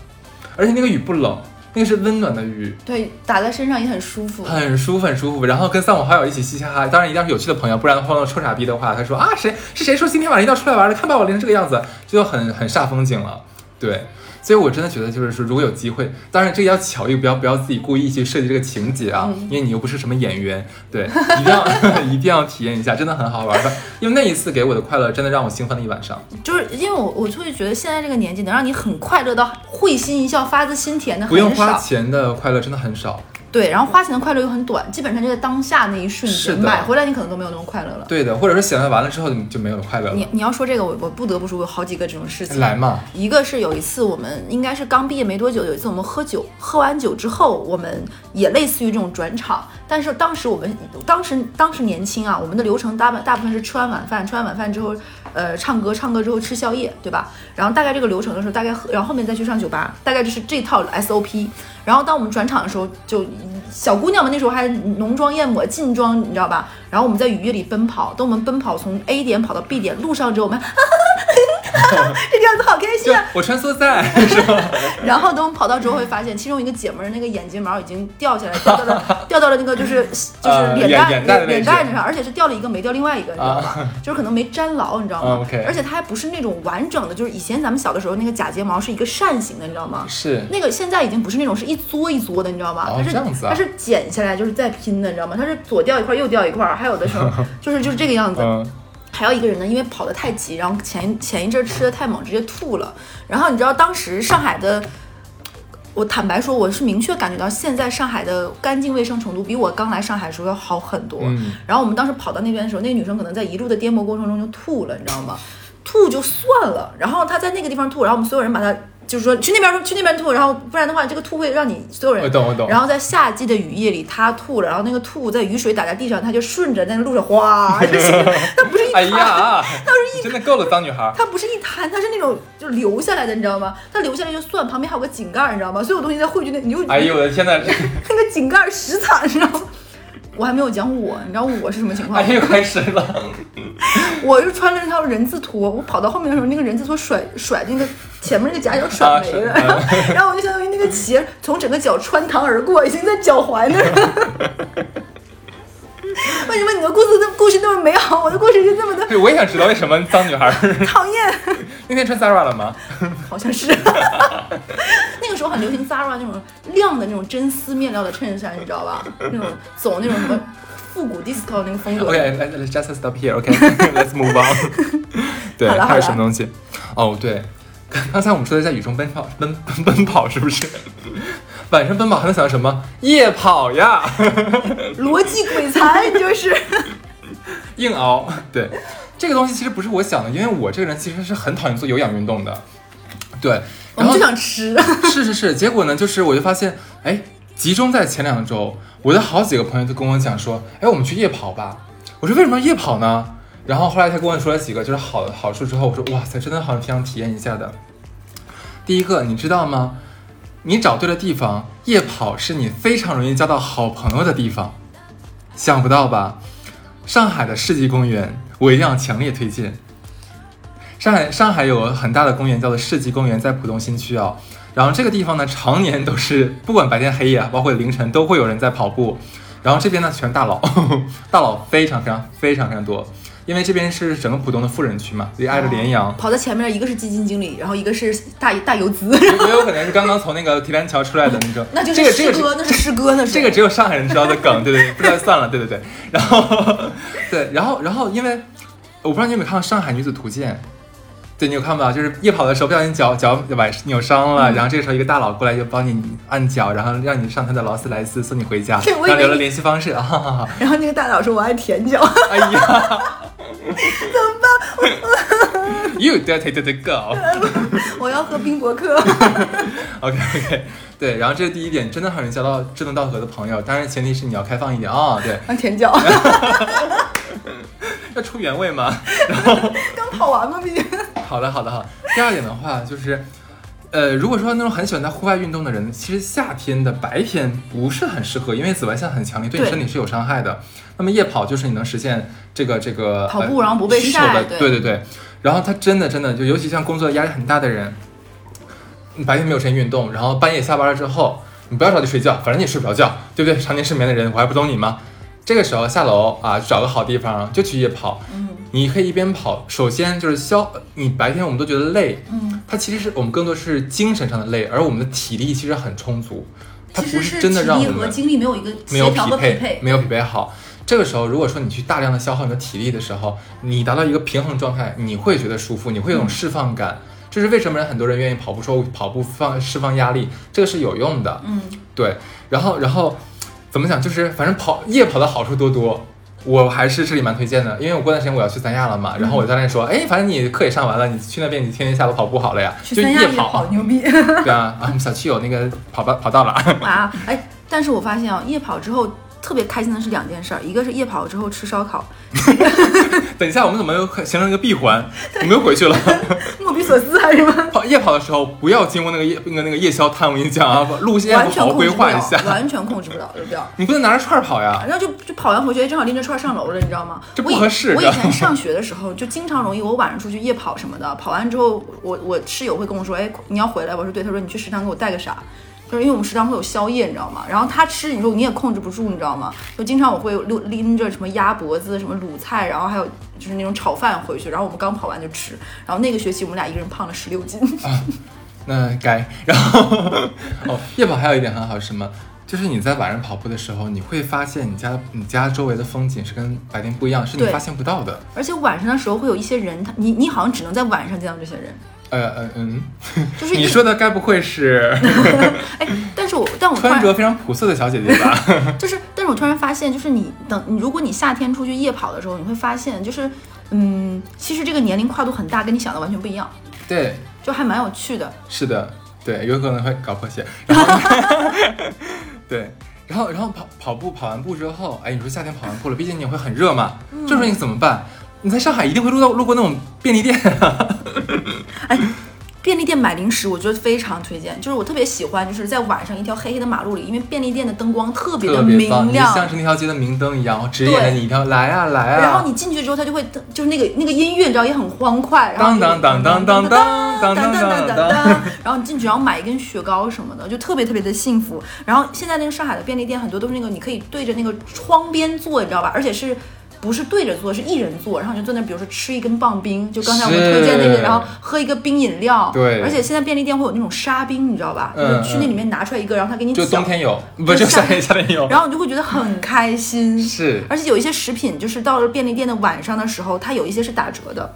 而且那个雨不冷，那个是温暖的雨。
对，打在身上也很舒服。
很舒服，很舒服。然后跟三五好友一起嘻嘻哈哈，当然一定要是有趣的朋友，不然的话臭傻逼的话，他说啊谁是谁说今天晚上一定要出来玩的，看把我淋成这个样子，就很很煞风景了。对，所以我真的觉得就是说，如果有机会，当然这个要巧遇，不要不要自己故意去设计这个情节啊，因为你又不是什么演员，对，一定要一定要体验一下，真的很好玩的。因为那一次给我的快乐，真的让我兴奋了一晚上。
就是因为我我就会觉得现在这个年纪能让你很快乐到会心一笑、发自心甜的
不用
很
花
少。
钱的快乐真的很少。
对，然后花钱的快乐又很短，基本上就在当下那一瞬
是
间，
的
买回来你可能都没有那么快乐了。
对的，或者说想象完了之后你就没有快乐了
你。你要说这个，我我不得不说，我有好几个这种事情。
来嘛，
一个是有一次我们应该是刚毕业没多久，有一次我们喝酒，喝完酒之后，我们也类似于这种转场，但是当时我们当时当时年轻啊，我们的流程大半大部分是吃完晚饭，吃完晚饭之后，呃，唱歌，唱歌之后吃宵夜，对吧？然后大概这个流程的时候，大概喝然后后面再去上酒吧，大概就是这套 SOP。然后当我们转场的时候，就小姑娘们那时候还浓妆艳抹、劲装，你知道吧？然后我们在雨夜里奔跑，等我们奔跑从 A 点跑到 B 点，路上之后我们哈哈哈这个样子好开心
就
啊！
我穿梭在是吧？
然后等我跑到之后，会发现其中一个姐们儿那个眼睫毛已经掉下来，掉到 了掉到了那个就是就是
呃
脸
眼
蛋
眼袋的
脸脸
位置
蛋上，而且是掉了一个没掉另外一个，你知道吧
啊？
就是可能没粘牢，你知道
嗯
吗
，OK？
而且它还不是那种完整的，就是以前咱们小的时候那个假睫毛是一个扇形的，你知道吗？
是
那个现在已经不是那种是一撮一撮的，你知道吗？
嗯哦
它是
这样子
它
啊
是剪下来就是再拼的，你知道吗？它是左掉一块，右掉一块，还有的时 候就是就是这个样子。
嗯，
还有一个人呢，因为跑得太急，然后前前一阵吃的太猛，直接吐了。然后你知道当时上海的，我坦白说，我是明确感觉到现在上海的干净卫生程度比我刚来上海的时候要好很多。
嗯
然后我们当时跑到那边的时候，那个女生可能在一路的颠簸过程中就吐了，你知道吗？吐就算了，然后她在那个地方吐，然后我们所有人把她就是说去那边去那边吐，然后不然的话这个吐会让你所有人
我懂我懂。
然后在夏季的雨夜里，它吐了，然后那个吐在雨水打在地上，它就顺着那个路上 哗，就是它不是一
哎
滩，它
呀，
是一
真的够了，脏女孩。
它不是一滩，它是那种就流下来的，你知道吗？它流下来就算，旁边还有个井盖儿，你知道吗？所有东西在汇聚那，你就
哎呦我的天呐， 这
那个井盖儿实惨，你知道吗？我还没有讲我，你知道我是什么情况
哎
吗？
又开始
嗯
了。
我就穿了那条人字拖，我跑到后面的时候，那个人字拖甩甩那个前面那个夹脚甩没了，
啊
然后 然后我就相当于那个鞋从整个脚穿堂而过，已经在脚踝那儿 了。为什么你的故事那故事那么美好，我的故事就这么的
对，我也想知道为什么脏女孩
讨厌？
那天穿 Zara 了吗？
好像是， 那个时候很流行 Zara 那种亮的那种真丝面料的衬衫，你知道吧？那种走那种什么复古 disco 那个风格。
OK，let's let's just stop here. OK，let's、move on 对，
好了
还有什
好了
么东西？哦，对，刚刚才我们说的在雨中奔跑，奔 奔奔跑是不是？ 晚上奔跑还能想到什么？夜跑呀，
逻辑鬼才，你就是。
硬熬。对，这个东西其实不是我想的，因为我这个人其实是很讨厌做有氧运动的。对，
我
然
们
后
就想吃，
是是是，结果呢，就是我就发现，哎，集中在前两周，我的好几个朋友都跟我讲说，哎，我们去夜跑吧。我说为什么要夜跑呢？然后后来他跟我说了几个就是好的好处之后，我说哇塞，真的好像挺想体验一下的。第一个，你知道吗？你找对了地方，夜跑是你非常容易交到好朋友的地方。想不到吧？上海的世纪公园，我一定要强烈推荐。上海上海有很大的公园叫做世纪公园，在浦东新区啊。然后这个地方呢，常年都是不管白天黑夜，啊包括凌晨，都会有人在跑步。然后这边呢，全是大佬， 大佬非常非常非常非常多，因为这边是整个浦东的富人区嘛，所以挨着联阳，
跑在前面的一个是基金经理，然后一个是大大游 资，
也也有可能是刚刚从那个提篮桥出来的那种
，那就是
这个这
师
个
哥，那是师哥，那是
这个只有上海人知道的梗，对对 对，不知道就算了，对对对。然后， 对，然后然后因为我不知道你有没有看到《上海女子图鉴》。对你有看到，就是夜跑的时候不小心脚脚崴扭伤
嗯
了，然后这个时候一个大佬过来就帮你按脚，然后让你上他的劳斯莱斯送你回家，
对
然
我以为
后留了
你
联系方式啊， 哈哈哈。
然后那个大佬说我爱舔脚，
哎 呀，怎么办？You dirty dirty girl。
我要喝冰博客。
OK OK，对，然后这是第一点，真的很容易交到志同道合的朋友，当然前提是你要开放一点啊、对，
啊，舔 脚，
要出原味嘛。
刚跑完嘛，毕竟。
好的，好的，好。第二点的话就是，呃，如果说那种很喜欢在户外运动的人，其实夏天的白天不是很适合，因为紫外线很强烈，对你
对
身体是有伤害的。那么夜跑就是你能实现这个这个
跑
呃
步然后不被
需求
晒
的，
对
对对对。然后他真的真的就，尤其像工作压力很大的人，你白天没有时间运动，然后半夜下班了之后，你不要着急睡觉，反正你也睡不着觉，对不对？常年失眠的人，我还不懂你吗？这个时候下楼啊，找个好地方就去夜跑。
嗯
你可以一边跑，首先就是消，你白天我们都觉得累，
嗯，
它其实是我们更多是精神上的累，而我们的体力其实很充足，它
其
不
实
真的让
体
我
力和
们
精力没有一个
没有
协调和
配，
匹配。
没有匹配好。这个时候，如果说你去大量的消耗你的体力的时候，你达到一个平衡状态，你会觉得舒服，你会有一
嗯
种释放感。这是为什么人很多人愿意跑步，说我跑步放释放压力，这个是有用的。
嗯，
对，然后然后怎么讲，就是反正跑夜跑的好处多多。我还是这里蛮推荐的，因为我过段时间我要去三亚了嘛，然后
嗯
我教练说，哎，反正你课也上完了，你去那边你天天下楼跑步好了呀，
去
就
三亚
夜
也
跑
好，牛 逼
对啊，啊，我们小区有那个跑道跑道了，
啊！哎，但是我发现啊，夜跑之后特别开心的是两件事儿，一个是夜跑之后吃烧烤，
等一下，我们怎么又形成一个闭环？我们又回去了。
莫比索斯还是什么？
跑夜跑的时候不要经过那个夜那个那个夜宵摊，我跟你 讲啊，路线
完
要
全
好好
控
规
制不
划一
了，
下。
完全控制不了，对不对？
你不能拿着串儿跑呀，
然后就就跑完回哎学，正好拎着串儿上楼了，你知道吗？
这不
我以
合适
我
的
以前上学的时候，就经常容易，我晚上出去夜跑什么的，跑完之后，我我室友会跟我说：“哎，你要回来？”我说：“对。”他说：“你去食堂给我带个啥？”就是因为我们食堂会有宵夜，你知道吗？然后他吃，你说你也控制不住，你知道吗？就经常我会溜拎着什么鸭脖子、什么卤菜，然后还有就是那种炒饭回去。然后我们刚跑完就吃。然后那个学期我们俩一个人胖了十六斤。
那该。然后 哦，夜跑还有一点很好是什么？就是你在晚上跑步的时候，你会发现你家你家周围的风景是跟白天不一样，是你
对
发现不到的。
而且晚上的时候会有一些人，他你你好像只能在晚上见到这些人，
呃呃嗯，
就是
你
一
说的该不会是
哎，但是我但我突
穿
然
着非常朴素的小姐 姐吧？
就是，但是我突然发现，就是你等你，如果你夏天出去夜跑的时候，你会发现，就是，嗯，其实这个年龄跨度很大，跟你想的完全不一样，
对，
就还蛮有趣的。
是的，对，有可能会搞破鞋。然后 呢，对，然后然后跑跑步跑完步之后，哎，你说夏天跑完步了，毕竟你会很热嘛，
嗯
这时候你怎么办？你在上海一定会路到路过那种便利店，
便利店买零食，我觉得非常推荐，就是我特别喜欢，就是在晚上一条黑黑的马路里，因为便利店的灯光特别的
特别棒，
明
你就像
亮。
是那条街的明灯一样，指引着
对
你一条来啊来啊。
然后你进去之后，它就会就是那个那个音乐，你知道也很欢快，然后
当当当当当当
当当
当当
当
当
当
当，
当，然后你进去，然后买一根雪糕什么的，就特别特别的幸福。然后现在那个上海的便利店很多都是那个你可以对着那个窗边坐，你知道吧？而且是。不是对着坐，是一人坐，然后你就坐那，比如说吃一根棒冰，就刚才我们
是
推荐那个，然后喝一个冰饮料。
对
而且现在便利店会有那种沙冰，你知道吧？
嗯
就是去那里面拿出来一个，然后他给你
就冬
搅，
天有，不就夏天夏天有，
然后你就会觉得很开心。
是
而且有一些食品，就是到了便利店的晚上的时候，它有一些是打折的。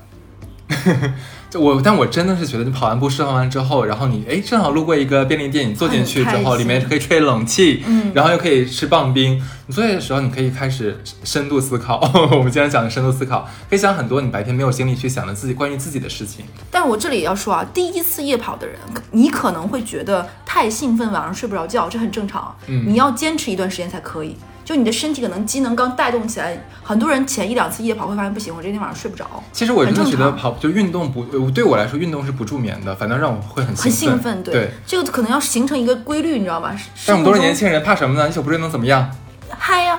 就我，但我真的是觉得，你跑完步释放完之后，然后你哎正好路过一个便利店，你坐进去之
很开
后，
心
里面可以吹冷气，
嗯
然后又可以吃棒冰。你坐下的时候，你可以开始深度思考。 我们经常讲的深度思考，可以想很多你白天没有精力去想的自己关于自己的事情。
但我这里也要说啊，第一次夜跑的人，你可能会觉得太兴奋，晚上睡不着觉，这很正常。
嗯
你要坚持一段时间才可以。就你的身体可能机能刚带动起来，很多人前一两次夜跑会发现不行，我这天晚上睡不着，
其实我真的觉
很
得
正常
跑就运动不呃对我来说，运动是不助眠的，反倒让我会很
很兴
兴奋。
奋。对，
对
这个可能要形成一个规律，你知道吧？
但我们都是年
轻
轻人，怕什么呢？一宿不睡能怎么样？
嗨呀、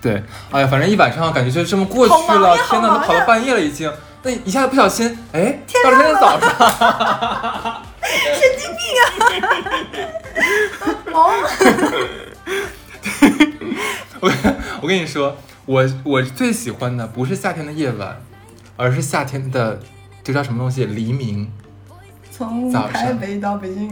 对，哎呀，反正一晚上感觉就这么过去
好
了
忙呀。
天哪，
好啊忙
都
呀
跑到半夜了已经。那一下不小心，哎，到了今天早上。
哦，
我我跟你说，我我最喜欢的不是夏天的夜晚，而是夏天的这叫什么东西？黎明。
从
早上台
北到北京，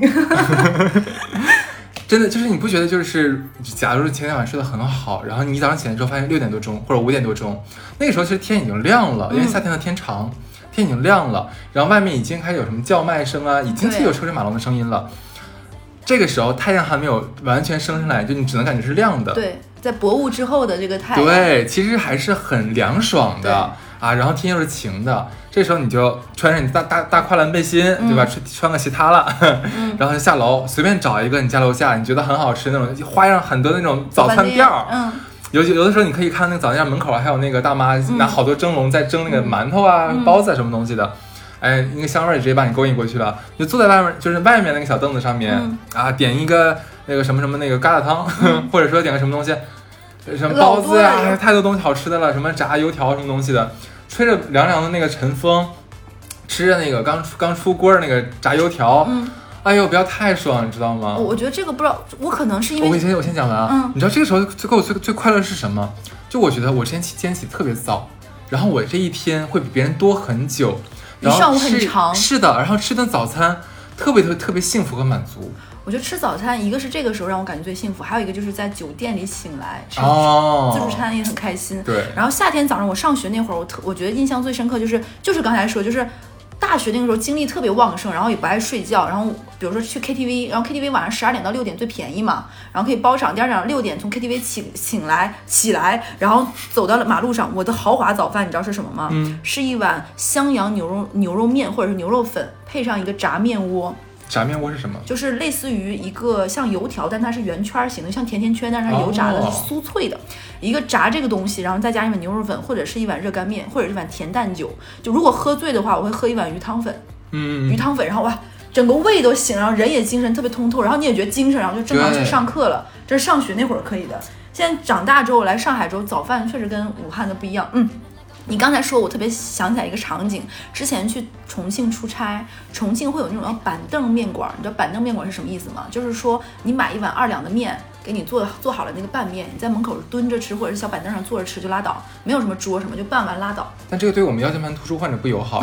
真的就是你不觉得就是，假如前天晚上睡得很好，然后你早上起来之后发现六点多钟或者五点多钟，那个时候其实天已经亮了，
嗯
因为夏天的天长，天已经亮了，然后外面已经开始有什么叫卖声啊，已经是有车水马龙的声音了。这个时候太阳还没有完全升上来，就你只能感觉是亮的。
对，在薄雾之后的这个太阳，
对，其实还是很凉爽的啊，然后天又是晴的，这时候你就穿上你大大大跨栏背心，对
嗯
吧？穿穿个其他了，然后就下楼，随便找一个你家楼下你觉得很好吃那种花样很多那种早餐
店
店
儿
儿，，
嗯，
有有的时候你可以看那个早餐店门口还有那个大妈拿好多蒸笼在蒸
嗯
那个馒头啊、包子啊什么东西的。哎，那个香味儿直接把你勾引过去了，你就坐在外面，就是外面那个小凳子上面、
嗯
啊，点一个那个什么什么那个疙瘩汤， 或者说点个什么东西，什么
老
包
多
子
了
啊，哎太多东西好吃的了，什么炸油条什么东西的，吹着凉凉的那个晨风，吃着那个刚出刚出锅的那个炸油条，
嗯
哎呦，不要太爽，你知道吗？
我我觉得这个不知道，我可能是因
啊我
为
我先我先讲完啊，
嗯
你知道这个时候最给我最最快乐的是什么？就我觉得我之前起今天起得特别早，然后我这一天会比别人多很久，
你
然后
上午很
吃
长
是的，然后吃顿早餐特别特别特别幸福和满足
我觉得吃早餐，一个是这个时候让我感觉最幸福，还有一个就是在酒店里醒来吃
哦
自助餐也很开心。
对
然后夏天早上我上学那会儿，我特我觉得印象最深刻就是就是刚才说就是。大学那个时候精力特别旺盛，然后也不爱睡觉，然后比如说去 KTV，然后 KTV 晚上十二点到六点最便宜嘛，然后可以包场。第二天早上六点从 KTV 起醒来起来，然后走到了马路上，我的豪华早饭你知道是什么吗？
嗯
是一碗襄阳牛肉牛肉面或者是牛肉粉，配上一个炸面窝，
炸面窝是什么？
就是类似于一个像油条，但它是圆圈形的，像甜甜圈，但是它是油炸的，
哦
是酥脆的。一个炸这个东西，然后再加一碗牛肉粉，或者是一碗热干面，或者是一碗甜蛋酒。就如果喝醉的话，我会喝一碗鱼汤粉，
嗯
鱼，汤粉，然后哇，整个胃都醒，然后人也精神特别通透，然后你也觉得精神，然后就正常去
对
上课了。这是上学那会儿可以的。现在长大之后来上海之后，早饭确实跟武汉的不一样。嗯，你刚才说，我特别想起来一个场景，之前去重庆出差，重庆会有那种叫板凳面馆儿，你知道板凳面馆儿是什么意思吗？就是说你买一碗二两的面。给你做做好了那个拌面，你在门口蹲着吃，或者是小板凳上坐着吃就拉倒，没有什么桌什么，就拌完拉倒。
但这个对我们腰间盘突出患者不 友好，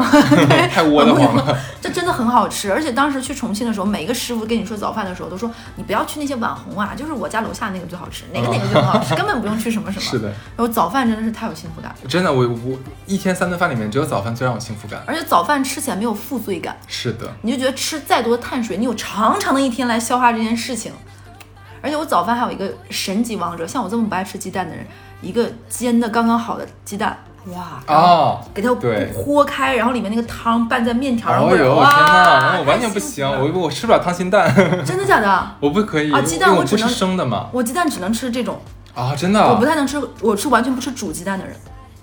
太窝得慌了。
这真的很好吃，而且当时去重庆的时候，每个师傅跟你说早饭的时候，都说你不要去那些网红啊，就是我家楼下那个最好吃，哪个哪个就很好 吃，根本不用去什么什么。
啊是的，
然后早饭真的是太有幸福感，
真的，我我一天三顿饭里面只有早饭最让我幸福感。
而且早饭吃起来没有负罪感，
是的，
你就觉得吃再多的碳水，你有长长的一天来消化这件事情。而且我早饭还有一个神级王者，像我这么不爱吃鸡蛋的人，一个煎的刚刚好的鸡蛋，哇，
哦，
给它
对
豁开，然后里面那个汤拌在面条上，
哦呦，我
哇
天哪，我完全
太
不
幸
行，
福了
我我吃不了溏心蛋，
真的假 的？
我不可以，因
啊
为
鸡蛋
我
我只
不吃
能
生的嘛。
我鸡蛋只能吃这种，
啊，真的，
我不太能吃，我是完全不吃煮鸡蛋的人，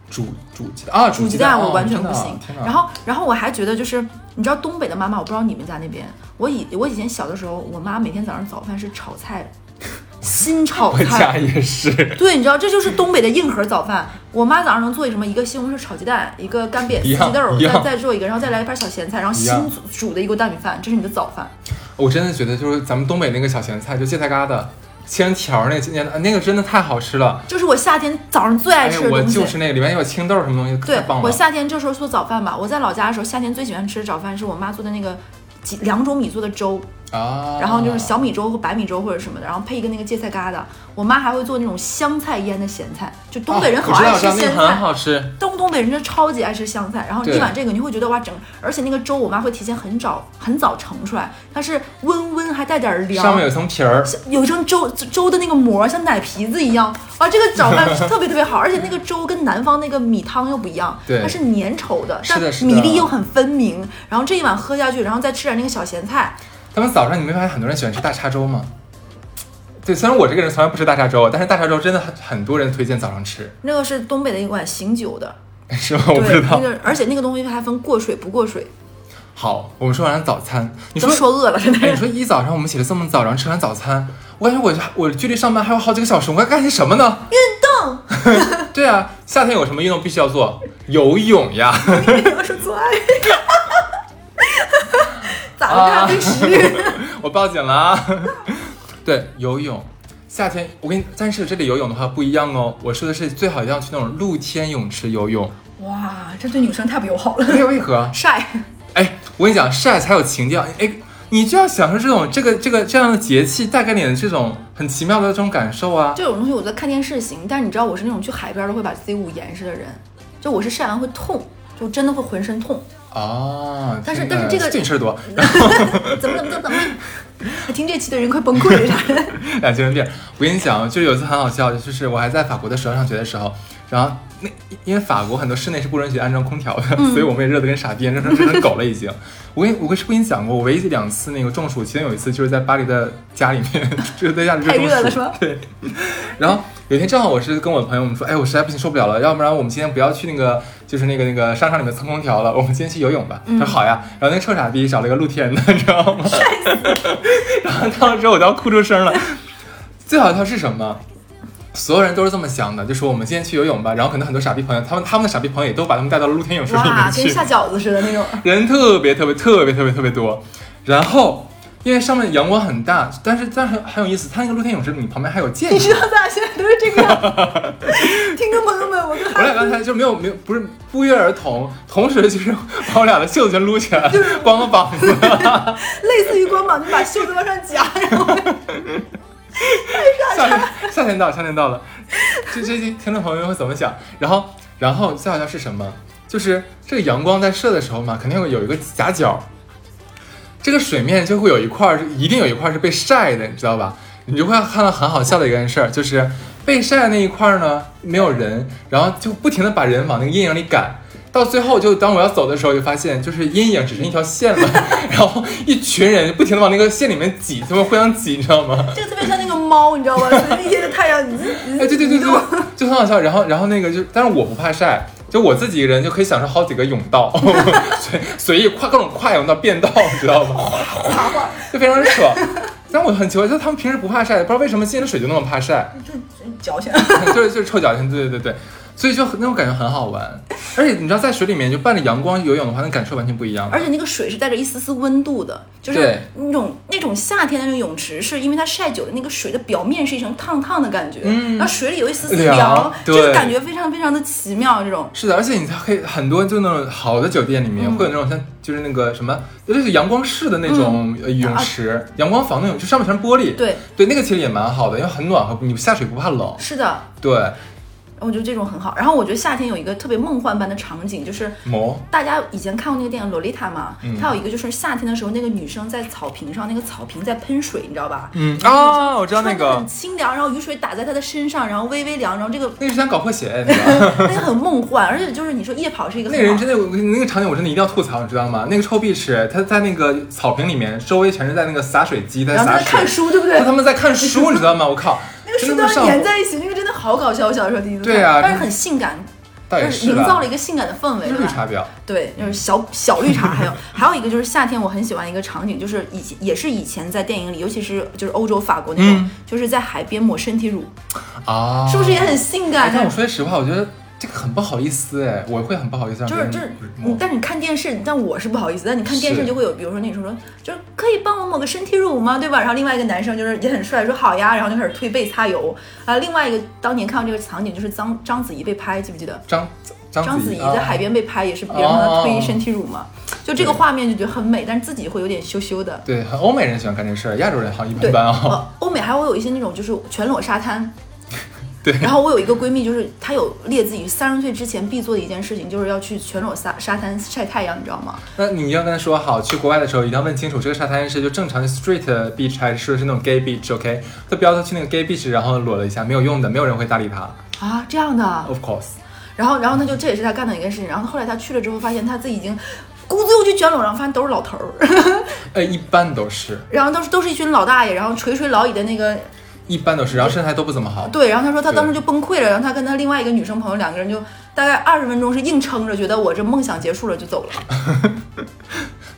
煮煮鸡蛋啊，
煮鸡
鸡蛋
我
哦
完全
真的
不行。
天哪
然后，然后我还觉得就是，你知道东北的妈妈，我不知道你们家那边，我以我以前小的时候，我妈每天早上早饭是炒菜，新炒
我家
菜。
也是
对，你知道这就是东北的硬核早饭。我妈早上能做什么？一个西红柿炒鸡蛋，一个干煸
一
四
样
季豆儿，
一样
再再做一个，然后再来一盘小咸菜，然后
一
新
样
煮煮的一锅大米饭，这是你的早饭。
我真的觉得就是咱们东北那个小咸菜，就芥菜疙瘩切成条儿那那那个真的太好吃了。
这是我夏天早上最爱
哎
吃
呀，
的
我
东西。
就是那个里面有青豆什么东西，太
对
棒
我
了。
夏天这时候做早饭吧，我在老家的时候，夏天最喜欢吃的早饭是我妈做的那个几两种米做的粥，
啊，
然后就是小米粥和白米粥或者什么的，然后配一个那个芥菜疙瘩。我妈还会做那种香菜腌的咸菜，就东北人好
啊我知
爱
道，我
吃
知道那
咸
个很
菜。
好吃。
东东北人真的超级爱吃香菜，然后
对
一碗这个你会觉得哇整，而且那个粥我妈会提前很早很早盛出来，它是温温还带点儿凉，
上面有层皮儿，
有一张粥粥的那个膜像奶皮子一样，哇，这个早 饭是特别特别好，而且那个粥跟南方那个米汤又不一样，
对
它是粘稠的，
是
但
的是的
米粒又很分明。然后这一碗喝下去，然后再吃点那个小咸菜，
他们早上你没发现很多人喜欢吃大碴粥吗？对，虽然我这个人从来不吃大碴粥，但是大碴粥真的很很多人推荐早上吃，
那个是东北的一碗醒酒的，
是吗？ 我不
对
知，
那
道。
个而且那个东西还分过水不过水，
好，我们说完了早餐，你
都
说
说饿了，真
哎你
的。
说一早上我们起得这么早，然后吃完早餐，我感觉我我距离上班还有好几个小时，我该干些什么呢？运动。对啊，夏天有什么运动必须要做？游泳呀。
我哎说做爱， 咋了？
啊
咖 啡师，
我报警了啊。 对，游泳，夏天我跟你，但是这里游泳的话不一样哦。我说的是最好一定要去那种露天泳池游泳，
哇，这对女生太不友好了
不。知道为何？
晒，
哎，我跟你讲，晒才有情调。哎，你就要享受这种这个这个这样的节气带给你的这种很奇妙的这种感受啊。
这种东西我在看电视行，但是你知道我是那种去海边都会把自己捂严实的人，就我是晒完会痛，就真的会浑身 痛。
哦，
但是
真的
但是这个
你吃的多，
怎么怎么怎么怎 么，听这期的人快崩 溃了。
俩精神病。我跟你讲，就是有一次很好笑，就是我还在法国的时候上学的时候，然后那因为法国很多室内是不允许安装空调的，所以
嗯
我们也热得跟傻逼，热成热成狗了已经。我跟我跟是不跟你讲过，我唯一两次那个中暑，其中有一次就是在巴黎的家里面，就是在家里
太
中暑，
热了是吧
对。然后有一天正好我是跟我朋友们说，哎，我实在不行受不了了，要不然我们今天不要去那个就是那个那个商场里面蹭空调了，我们今天去游泳吧。
嗯
他说好呀，然后那个臭傻逼找了一个露天的，你知道吗？然后 当时我都要哭出声了。 最好笑是什么？所有人都是这么想的，就说我们今天去游泳吧，然后可能很多傻逼朋友，他们他们的傻逼朋友也都把他们带到了露天泳池里
哇
面，
跟
去，
下饺子似的那种。
人特别特别特别特别特别多。然后因为上面阳光很大，但是但是很很有意思，它那个露天泳池你旁边还有建
你
筑。
知道咱俩现在都是这个样 子。听众朋友们，我跟
我
哈
俩刚才就没有没有不是不约而同，同时就是把我俩的袖子全撸起来，光个膀子。
类似于光膀，就把袖子往上夹， 然后
夏天夏天到，夏天到了，这这些听众朋友们会怎么想？然后然后最好笑是什么？就是这个阳光在射的时候嘛，肯定会有一个夹角，这个水面就会有一块儿，一定有一块儿是被晒的，你知道吧？你就会看到很好笑的一件事儿，就是被晒的那一块儿呢没有人，然后就不停的把人往那个阴影里赶。到最后就当我要走的时候，就发现就是阴影只剩一条线了， 然后一群人不停的往那个线里面挤，他们互相挤，你知道吗？
这个特别像那个猫，你知道吗？一天的太阳，你
哎，对 对对对，就很好笑。然后然后那个就，但是我不怕晒。就我自己一个人就可以享受好几个泳道， 随随意跨各种跨泳道、变道，你知道吗？
滑滑，
就非常爽。但我很奇怪，就是他们平时不怕晒，不知道为什么进了水就那么怕晒。
就是矫情。
就是就是臭脚心，对对对对，所以就那种感觉很好玩。而且你知道，在水里面就伴着阳光游泳的话，那感受完全不一样。
而且那个水是带着一丝丝温度的，就是
对
那种那种夏天的那种泳池，是因为它晒久了，那个水的表面是一层烫烫的感觉，
嗯
然后水里有一丝丝
凉
凉，这
对
个感觉非常非常的奇妙。这种
是的，而且你它可以很多就那种好的酒店里面、
嗯
会有那种像就是那个什么，就是阳光室的那
嗯
种呃泳池，阳光房那种，就上面全是玻璃。
对，
对，那个其实也蛮好的，因为很暖和，你下水不怕冷。
是的，
对，
我觉得这种很好。然后我觉得夏天有一个特别梦幻般的场景，就是
毛
大家以前看过那个电影《洛丽塔》嘛，
嗯
它有一个就是夏天的时候，那个女生在草坪上，那个草坪在喷水，你知道吧？
嗯啊，我知道那
穿得
个
很，清凉，然后雨水打在她的身上，然后微微凉，然后这个
那个是想搞破鞋，你知道吗？
那个很梦幻，而且就是你说夜跑是一个
那
很
个人
好
真的，我那个场景我真的一定要吐槽，你知道吗？那个臭屁池，他在那个草坪里面，周围全是在那个洒水机在
然后
洒
在
水，
看书，对不对
他？他们在看书，你知道吗？我靠，
那个书
真
都
的上
要粘在一起，那个真的好搞笑。我小时候第一次看，
对啊
但是很性感，
倒也
就是是营造
吧，
了一个性感的氛围，
就是
对
绿
吧？
茶婊，
对，就是小小绿 茶。还有还有一个就是夏天，我很喜欢一个场景，就是以前也是以前在电影里，尤其是就是欧洲法国那种，
嗯
就是在海边抹身体乳，
啊，
是不是也？很性
哎
感？，啊
但我说句实话，我觉得这个很不好意思哎，我会很不好意思让
就
别
是
人嗯
就是你
摸，
但是你看电视，但我是不好意思。但你看电视
是
就会有，比如说那种说，就是可以帮我抹个身体乳吗？对吧？然后另外一个男生就是也很帅，说好呀，然后就开始推背擦油啊。另外一个当年看到这个场景，就是章章子怡被拍，记不记得？
张
章
张
子怡
啊
在海边被拍，也是别人帮她推身体乳嘛。就这个
对
画面就觉得很美，但是自己会有点羞羞的。
对，很欧美人喜欢干这事儿，亚洲人好像一
对，
般般哦。
呃，欧美还会有一些那种就是全裸沙滩。
对
然后我有一个闺蜜，就是她有列自于三十岁之前必做的一件事情，就是要去全裸沙沙滩晒太阳，你知道吗？
那你要跟他说好，去国外的时候一定要问清楚，这个沙滩是就正常的 street beach 还是是那种 gay beach？OK，、他不要他去那个 gay beach，然后裸了一下，没有用的，没有人会搭理他。
啊，这样的啊。
Of course，
然后，然后他就这也是他干的一件事情。然后后来他去了之后，发现他自己已经咕嘟又去卷拢，然后发现都是老头儿，
呃，一般都是，
然后都是都是一群老大爷，然后垂垂老矣的那个
一般都是，然后身材都不怎么好。
对。然后他说他当时就崩溃了，然后他跟他另外一个女生朋友两个人就大概二十分钟是硬撑着，觉得我这梦想结束了就走了。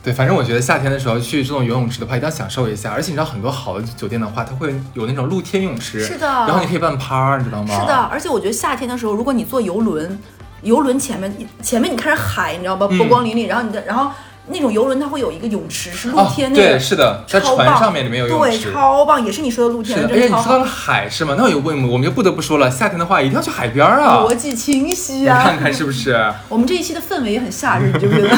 对，反正我觉得夏天的时候去这种游泳池的话，一定要享受一下。而且你知道，很多好的酒店的话，它会有那种露天泳池，
是的
然后你可以办趴儿，你知道吗？哦
是的，，而且我觉得夏天的时候，如果你坐游轮，游轮前面前面你看着海，你知道吧，
嗯
波光粼粼，然后你的然后那种游轮它会有一个泳池是露
哦，
天那个。
对，是的，在
超
船
棒
上面里面有游泳
对，
池。
超棒，也是你说的露天
是，的，而
真
且
的超
你说
好
到。了海是吗？那我们我们就不得不说了，夏天的话一定要去海边儿啊
逻！辑清晰
你
啊！
看看是不是？
我们这一期的氛围也很夏日，你觉不 觉得？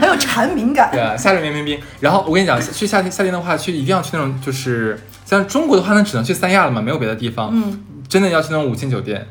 很有蝉鸣感。
对，啊夏日绵绵冰。然后我跟你讲，去夏天夏天的话，去一定要去那种就是像中国的话，那只能去三亚了嘛，没有别的地方。
嗯，
真的要去那种五星酒店，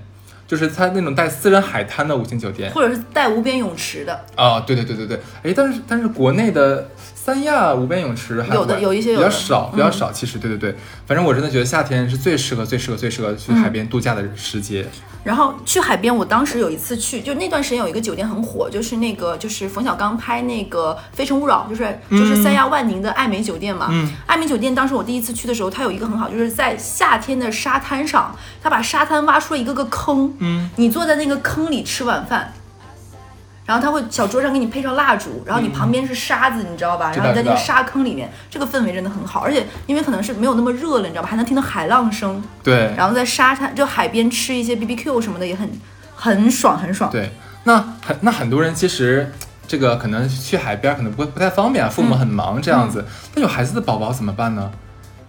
就是它那种带私人海滩的五星酒店。
或者是带无边泳池 的，
啊、对对对对对，哎，但是但是国内的三亚无边泳池还
有的有一些有
比较
的嗯
少，比较少。其实对对对，反正我真的觉得夏天是最适合、最适合、最适合去
嗯
海边度假的时节。
然后去海边。我当时有一次去，就那段时间有一个酒店很火，就是那个就是冯小刚拍那个《非诚勿扰》，就是就是三亚万宁的艾美酒店嘛。
嗯，
艾美酒店当时我第一次去的时候，它有一个很好，就是在夏天的沙滩上，它把沙滩挖出了一个个坑，
嗯，
你坐在那个坑里吃晚饭。然后他会小桌上给你配上蜡烛，然后你旁边是沙子，你知道吧？
嗯知
然
道
后你在那个
知道
沙坑里面，这个氛围真的很好，而且因为可能是没有那么热了，你知道吧？还能听到海浪声，
对
然后在沙滩就海边吃一些 B B Q 什么的也很很爽，很爽。
对，那很那很多人其实。这个可能去海边可能不不太方便啊，
嗯
父母很忙这样子。那、有孩子的宝宝怎么办呢？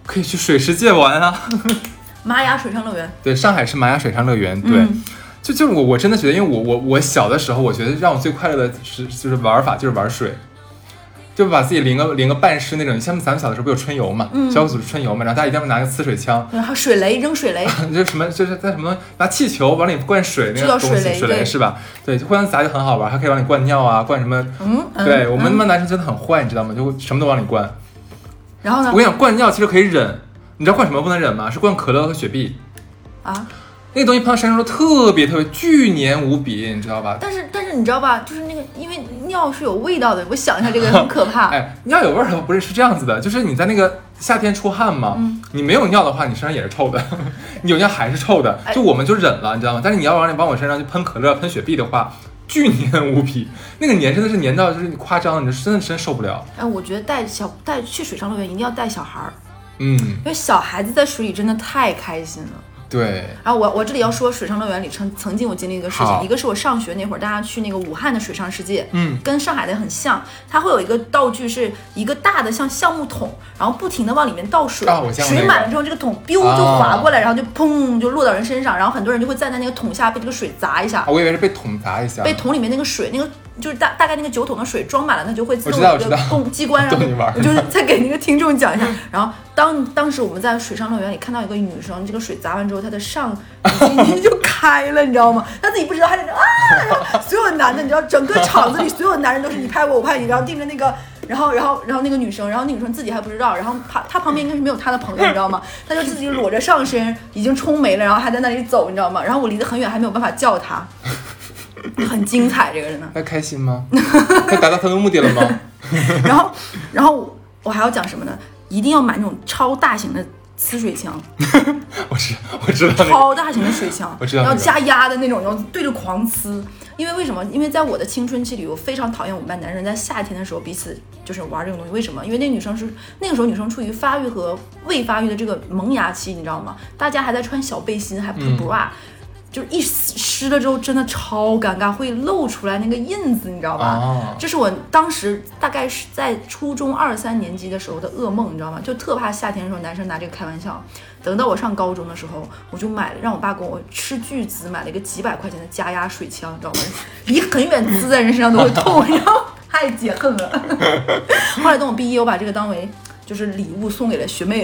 可以去水世界玩啊。
玛雅水上乐园，
对，上海是玛雅水上乐园。对，
嗯
就就是我我真的觉得，因为我我我小的时候，我觉得让我最快乐的是就是玩法就是玩水，就把自己淋个淋个半湿那种。像咱们小的时候不有春游嘛，
嗯
小组春游嘛，然后大家一定要拿个呲水枪，
然后水雷扔水雷，
就是什么就是在什么拿气球往里灌水那
就叫
个东西，
水
水
雷
雷
对
是吧？对，就互相砸就很好玩，还可以往里灌尿啊，灌什么。
嗯，嗯
对我们他
嗯
妈男生真的很坏，你知道吗？就会什么都往里灌。
然后呢
我跟你讲，灌尿其实可以忍，你知道灌什么不能忍吗？是灌可乐和雪碧。
啊，
那那个东西碰到山猪特别特别巨黏无比，你知道吧？
但是但是你知道吧，就是那个因为尿是有味道的，我想一下这个很可怕。
哎，尿有味儿的不是是这样子的，就是你在那个夏天出汗嘛，
嗯
你没有尿的话，你身上也是臭的， 你有尿还是臭的，
哎
就我们就忍了，你知道吗？但是你要往往我身上去喷可乐、喷雪碧的话，巨黏无比，那个黏真的是黏到就是你夸张，你真的真受不了。
哎，我觉得带小带去水上乐园一定要带小孩儿，
嗯，
因为小孩子在水里真的太开心了。
对，
然后我我这里要说水上乐园里曾曾经我经历一个事
好
情，一个是我上学那会儿，大家去那个武汉的水上世界，
嗯，
跟上海的很像，它会有一个道具是一个大的像橡木桶，然后不停的往里面倒水，
啊我见过那
水
个啊
满了之后这个桶 biu 就滑过来，然后就砰就落到人身上，然后很多人就会站在那个桶下被这个水砸一下。
啊，我以为是被桶砸一下，
被桶里面那个水，那个就是大大概那个酒桶的水装满了，它就会自动
我知道
有一
我知
个
道
供机关，然后
逗你玩儿
我就是再给那个听众讲 一下。然后当当时我们在水上乐园里看到一个女生，这个水砸完之后，她的上 就开了，你知道吗？她自己不知道，她在那啊，然后所有男的，你知道，整个场子里所有男人都是你拍我，我拍你，然后盯着那个。然后，然后，然后那个女生，然后那个女生自己还不知道，然后她她旁边应该是没有她的朋友，你知道吗？她就自己裸着上身，已经冲没了，然后还在那里走，你知道吗？然后我离得很远，还没有办法叫 她。很精彩这个人呢。
他开心吗？ 他达到他的目的了吗？
然后，然后我我还要讲什么呢？一定要买那种超大型的呲水枪，
我知我知道那个，
超大型的水枪，
我知道
然后
那个
加压的那种，然后对着狂呲。因为为什么？因为在我的青春期里，我非常讨厌我们班男生在夏天的时候彼此就是玩这种东西。为什么？因为那女生是那个时候女生处于发育和未发育的这个萌芽期，你知道吗？大家还在穿小背心，还不是
嗯
bra，、就是一湿了之后真的超尴尬，会露出来那个印子，你知道吧？
啊
这是我当时大概是在初中二三年级的时候的噩梦，你知道吗？就特怕夏天的时候男生拿这个开玩笑。等到我上高中的时候，我就买了，让我爸给我斥巨资买了一个几百块钱的加压水枪，你知道吗？ 离很远呲在人身上都会痛，然后 太解恨了。 后来等我毕业，我把这个当为就是礼物送给了学妹。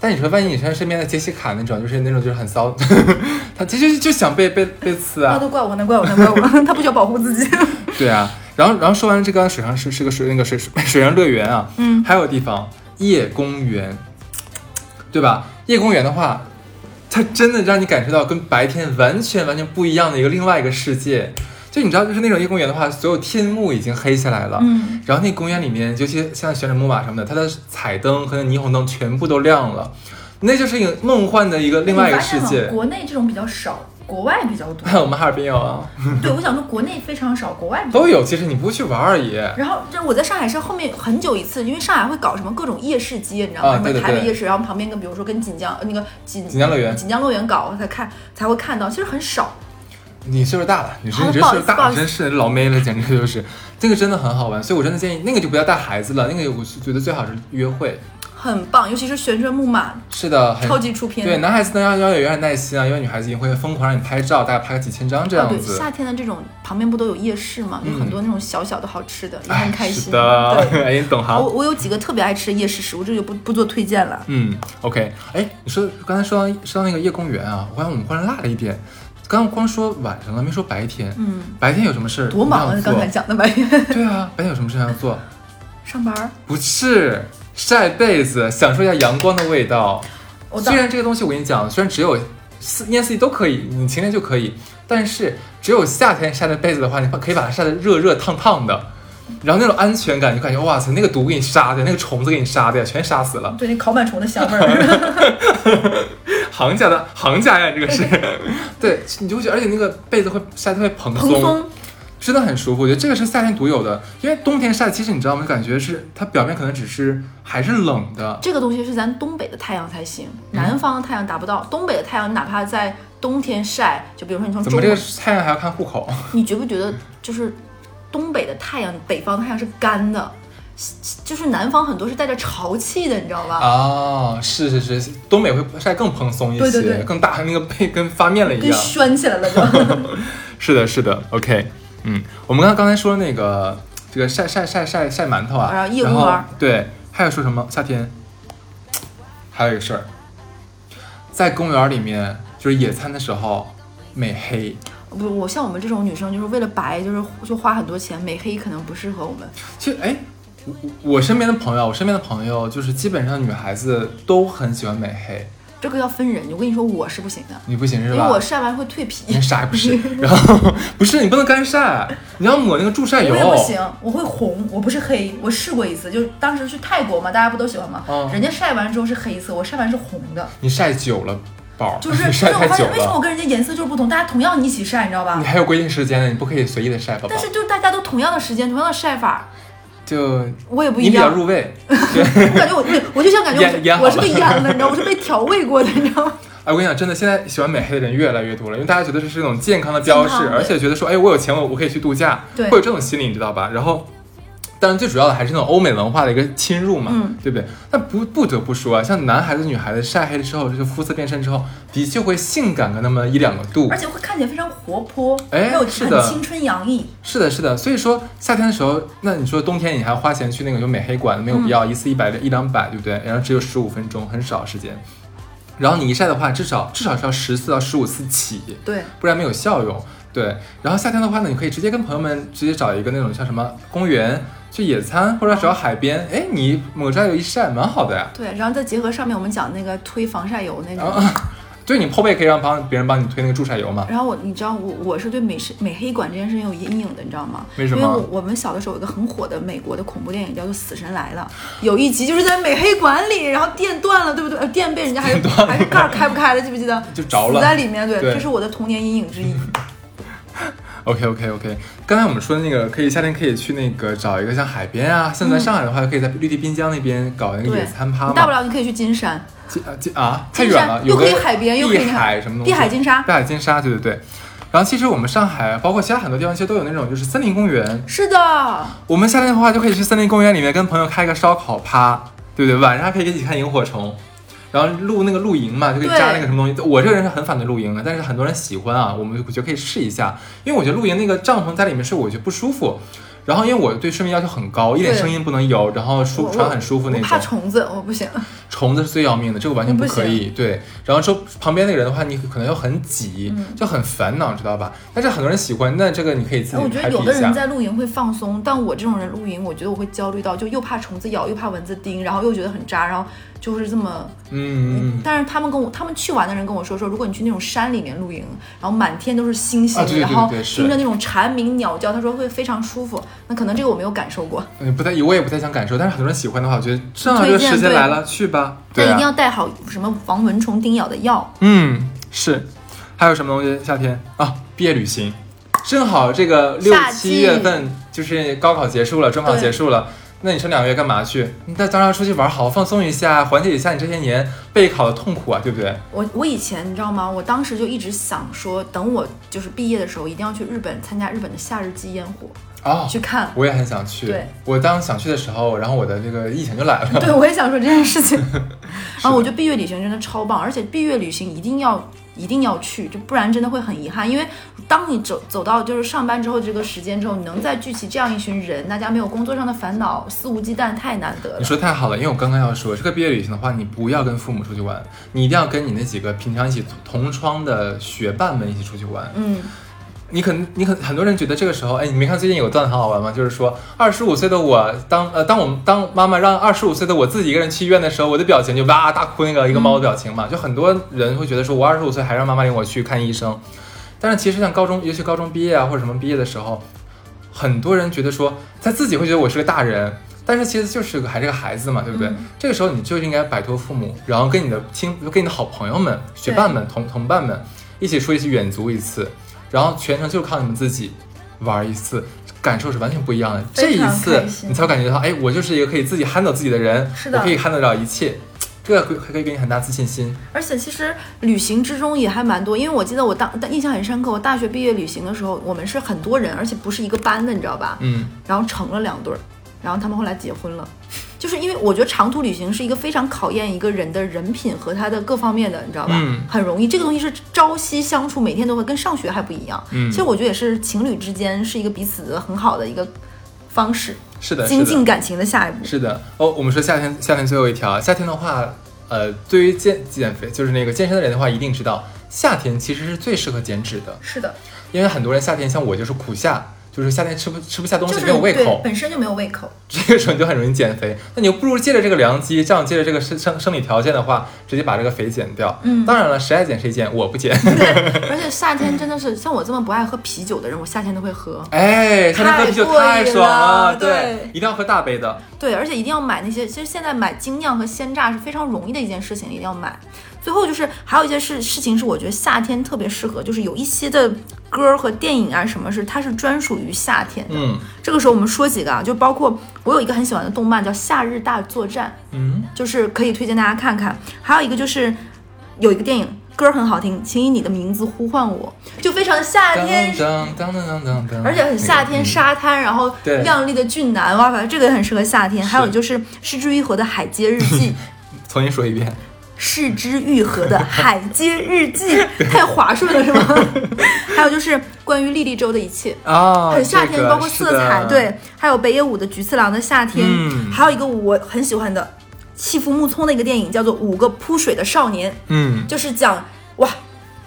但你说，万一你像身边的杰西卡那种，就是那种就是很骚， 他其实就想被被被刺
那
啊，
都怪我，那怪我，那怪我， 他不需要保护自己。
对啊。然后然后说完这个水上是是个水那个水水上乐园啊，
嗯，
还有地方夜公园，对吧？夜公园的话，它真的让你感受到跟白天完全完全不一样的一个另外一个世界。就你知道，就是那种夜公园的话，所有天幕已经黑下来了，
嗯，
然后那公园里面，尤其像旋转木马什么的，它的彩灯和霓虹灯全部都亮了，那就是一个梦幻的一个另外一个世
你发现了
界
吗。国内这种比较少，国外比较 多。
哎，我们哈尔滨有啊，
对，我想说国内非常少，国外比较多
都有。其实你不去玩而已。
然后这我在上海是后面很久一次，因为上海会搞什么各种夜市街，你知道吗？
啊
什么
对对
台北
对
夜市，然后旁边跟比如说跟锦江呃那个锦
锦江乐园
锦江乐园搞才看才会看到，其实很少。
你岁数大了，你说
好
你
的
这
不好
岁
意思不
数大
好
了，
意思
真是老妹了，简直就是。这个真的很好玩，所以我真的建议那个就不要带孩子了，那个我是觉得最好是约会。
很棒，尤其是旋转木马，
是的，很
超级出片。
哎对，男孩子呢要要有点耐心啊，因为女孩子也会疯狂让你拍照，大概拍个几千张这样
啊，对，
子。
夏天的这种旁边不都有夜市吗？有
嗯
很多那种小小的好吃的，也
哎
很开心。
是的，
对，
哎，你懂行
我。我有几个特别爱吃的夜市食物，这就不不做推荐了。
嗯，OK，哎，你说刚才说到说到那个夜公园啊，我感觉我们忽然落了一点，刚刚光说晚上了，没说白天。
嗯，
白天有什么事儿
多忙啊
你！想
刚才
做
讲的白天
对啊，白天有什么事儿要做？
上班儿，
不是晒被子，享受一下阳光的味道。
我当
虽然这个东西我跟你讲，虽然只有四一年四季都可以，你晴天就可以，但是只有夏天晒的被子的话，你把可以把它晒得热热烫烫的，然后那种安全感，你就感觉哇塞，那个毒给你杀的，那个虫子给你杀的，全杀死了。
对那烤螨虫的香味儿。
行家的行家呀，这个是， 对，你就会觉得，而且那个被子会晒得特别蓬松，
蓬松，
真的很舒服。我觉得这个是夏天独有的，因为冬天晒，其实你知道吗？感觉是它表面可能只是还是冷的，
这个东西是咱东北的太阳才行，
嗯
南方的太阳达不到。东北的太阳，哪怕在冬天晒，就比如说你从
怎
中
么
午，
嗯这个太阳还要看户口？
你觉不觉得就是东北的太阳，北方的太阳是干的，就是南方很多是带着潮气的，你知道吧？
啊，是是是，东北会晒更蓬松一些，
对对对
更大，那个被跟发面了一
跟
样。
宣起来了就。
是的，是的，OK，嗯，我们刚刚才说那个这个晒晒晒晒晒馒头啊，
然后夜
然
公
后
园儿
对，还有说什么夏天，还有一个事儿，在公园儿里面就是野餐的时候美黑，
不，我像我们这种女生，就是为了白，就是就花很多钱，美黑可能不适合我们。
其实哎。我我身边的朋友，我身边的朋友就是基本上女孩子都很喜欢美黑，
这个要分人。我跟你说，我是不行的，
你不行是
因为我
吧？
晒完会蜕皮
你，啥也不 是，然后不是你不能干晒，你要抹那个助晒
我
油
也。哎不行，我会红，我不是黑。我试过一次，就是当时去泰国嘛，大家不都喜欢吗？
嗯
人家晒完之后是黑色，我晒完是红的，
你晒久了，宝儿，
就是
你
就是
晒太
我发
久
现为什么我
了，
跟人家颜色就是不同，大家同样一起晒，你知道吧
你？还有规定时间呢，你不可以随意的晒，宝宝
但。是就是大家都同样的时间，同样的晒法，
就
我也不
你
一
比较
样。
入味。
我感觉我对我就像感觉我
腌
是
腌好
我是
了
被腌了，你知道，我是被调味过的，你知道吗？
哎，我跟你讲，真的，现在喜欢美黑的人越来越多了，因为大家觉得这是一种健康的标
健康
志，
对
而且觉得说，哎，我有钱，我我可以去度假，
对
会有这种心理，你知道吧？然后，但是最主要的还是那种欧美文化的一个侵入嘛，
嗯
对不对？但不不得不说啊，像男孩子、女孩子晒黑了之后，这个肤色变深之后，的确会性感个那么一两个度
而。且会看起来非常活泼，
哎
还有
是的
很青春洋溢。
是的，是的。所以说夏天的时候，那你说冬天你还花钱去那个有美黑馆，没有必要，一次一百一两百，对不对？然后只有十五分钟，很少时间。然后你一晒的话，至少至少是要十次到十五次起。
对，
不然没有效用。对，然后夏天的话呢，你可以直接跟朋友们直接找一个那种像什么公园去野餐，或者找海边，哎，你抹这儿有一晒，蛮好的呀。
对，然后再结合上面我们讲那个推防晒油那种。
啊，对你后背可以让帮别人帮你推那个助晒油嘛。
然后我，你知道我我是对美式美黑馆这件事情有阴影的，你知道吗？
为什么
因为我我们小的时候有一个很火的美国的恐怖电影叫做《死神来了》，有一集就是在美黑馆里，然后电断了，对不对？呃电被人家 还是还是盖儿开不开了，记不记得？
就着了
死在里面，对，
对
这是我的童年阴影 之一。
OK OK OK，刚才我们说的那个可以夏天可以去那个找一个像海边啊，像在上海的话，可以在绿地滨江那边搞那个
对
野餐趴
你大不
嘛。
了你可以去金山，
金啊金啊，太
金
远
山
了，有
又可
个
以海边，又可以
碧海什么东西？
碧海金沙
碧海金沙，对对对。然后其实我们上海，包括其他很多地方，其实都有那种就是森林公园，
是的，
我们夏天的话就可以去森林公园里面跟朋友开个烧烤趴，对不对？晚上还可以一起看萤火虫，然后露那个露营嘛，就可以
对
扎那个什么东西。我这个人是很反对露营的，但是很多人喜欢啊，我们我觉得可以试一下，因为我觉得露营那个帐篷在里面睡，我觉得不舒服。然后因为我对睡眠要求很高，一点
对
声音不能有，然后舒
我
穿很舒服那
我
种。
怕虫子，我不行。
虫子是最要命的，这个完全
不
可以。对，然后说旁边那个人的话，你可能又很挤，
嗯
就很烦恼，知道吧？但是很多人喜欢，那这个你可以自
哎，我
己
觉
排
得有
比一
的人
下。
在露营会放松，但我这种人露营，我觉得我会焦虑到，就又怕虫子咬，又怕蚊子叮，然后又觉得很扎，然后就是这么。
嗯嗯嗯。
但是他们跟我，他们去玩的人跟我说说，如果你去那种山里面露营，然后满天都是星星，
啊对对对
然后
对是
听着那种蝉鸣鸟叫，他说会非常舒服。那可能这个我没有感受过，
嗯，不太，我也不太想感受，但是很多人喜欢的话，我觉得正好这个
推荐
时间
对
来了，去吧。
但
对
一定
啊，
要带好什么防蚊虫叮咬的药。
嗯，是。还有什么东西？夏天啊，毕业旅行，正好这个六
夏季
七月份就是高考结束了，中考
对
结束了，那你剩两个月干嘛去？你那当然要出去玩，好好放松一下，缓解一下你这些年备考的痛苦啊，对不对？
我我以前你知道吗？我当时就一直想说，等我就是毕业的时候，一定要去日本参加日本的夏日祭烟火，
哦，
去看。
我也很想去
对。
我当想去的时候，然后我的这个疫情就来 了。
对，我也想说这件事情。然后我觉得毕业旅行真的超棒，而且毕业旅行一定要一定要去，就不然真的会很遗憾。因为当你走走到就是上班之后这个时间之后，你能再聚齐这样一群人，大家没有工作上的烦恼，肆无忌惮，太难得
你
了。
说太好了，因为我刚刚要说，这个毕业旅行的话，你不要跟父母出去玩，你一定要跟你那几个平常一起同窗的学伴们一起出去玩。
嗯，
你可能，你可很多人觉得这个时候，哎，你没看最近有个段很好玩吗？就是说，二十五岁的我当呃当我们当妈妈让二十五岁的我自己一个人去医院的时候，我的表情就哇大哭那个一个猫的表情嘛，就很多人会觉得说我二十五岁还让妈妈领我去看医生，但是其实像高中，也许高中毕业啊或者什么毕业的时候，很多人觉得说他自己会觉得我是个大人，但是其实就是个还是个孩子嘛，对不对？这个时候你就应该摆脱父母，然后跟你的亲，跟你的好朋友们、学伴们、同同伴们一起出去远足一次，然后全程就靠你们自己玩一次。感受是完全不一样的。这
非
一
常
次
开心
你才会感觉到，哎，我就是一个可以自己 handle 自己的人，
是的
我可以 handle 得了一切，这个可可以给你很大自信心。
而且其实旅行之中也还蛮多，因为我记得我当但印象很深刻，我大学毕业旅行的时候，我们是很多人，而且不是一个班的，你知道吧？
嗯，
然后成了两对儿，然后他们后来结婚了。就是因为我觉得长途旅行是一个非常考验一个人的人品和他的各方面的，你知道吧？
嗯
很容易，这个东西是朝夕相处，每天都会跟上学还不一样。
嗯
其实我觉得也是情侣之间是一个彼此的很好的一个方式，
是的，
精
是的
进感情的下一步。
是的，哦，我们说夏天，夏天最后一条，夏天的话，呃，对于健减肥就是那个健身的人的话，一定知道，夏天其实是最适合减脂的，
是的，
因为很多人夏天像我就是苦夏，就是夏天吃不吃不下东
就
西，
是
没有胃
对
口，
本身就没有胃口。
这个时候你就很容易减肥。那你又不如借着这个良机，这样借着这个生生生理条件的话，直接把这个肥减掉。
嗯
当然了，谁爱减谁减，我不减。
而且夏天真的是像我这么不爱喝啤酒的人，我夏天都会喝。
哎，夏天喝啤酒太
太过瘾
爽
了
对，
对
一定要喝大杯的。
对，而且一定要买那些，其实现在买精酿和鲜榨是非常容易的一件事情，一定要买。最后就是还有一件事事情是我觉得夏天特别适合，就是有一些的歌儿和电影啊什么是它是专属于夏天的。
嗯
这个时候我们说几个啊，就包括我有一个很喜欢的动漫叫《夏日大作战》，
嗯，
就是可以推荐大家看看。还有一个就是有一个电影歌儿很好听，请以你的名字呼唤我，就非常夏天
当当当当当当，
而且很夏天，沙滩，然后
嗯对
亮丽的俊男，哇，反正这个很适合夏天。还有就是失之愈合的《海街日 记》，
嗯重新说一遍。
失之愈合的《海街日记》太滑顺了是 吗？还有就是关于莉莉周的一切。
啊，
很夏天，
这个
包括色彩，，
是的
对，还有北野武的《菊次郎的夏天》
嗯
还有一个我很喜欢的弃妇木聪的一个电影，叫做《五个扑水的少年》。
嗯，
就是讲哇，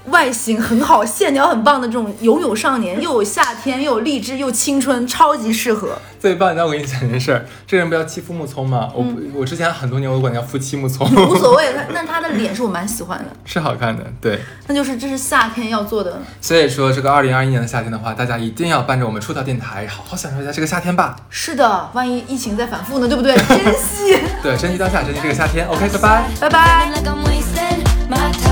外形很好，线条很棒的这种游泳少年，又有夏天，又有励志，又青春，超级适合。
最棒！那我跟你讲件事儿，这人不叫欺负木聪吗？我、
嗯
我之前很多年我管他叫夫妻木聪，
无所谓，他但他的脸是我蛮喜欢的，
是好看的，对。
那就是这是夏天要做的。
所以说，这个二零二一年的夏天的话，大家一定要伴着我们出道电台，好好享受一下这个夏天吧。
是的，万一疫情再反复呢，对不对？珍惜，
对，珍惜当下，珍惜这个夏天。OK，拜拜。
拜拜。
like I'm wasting my time.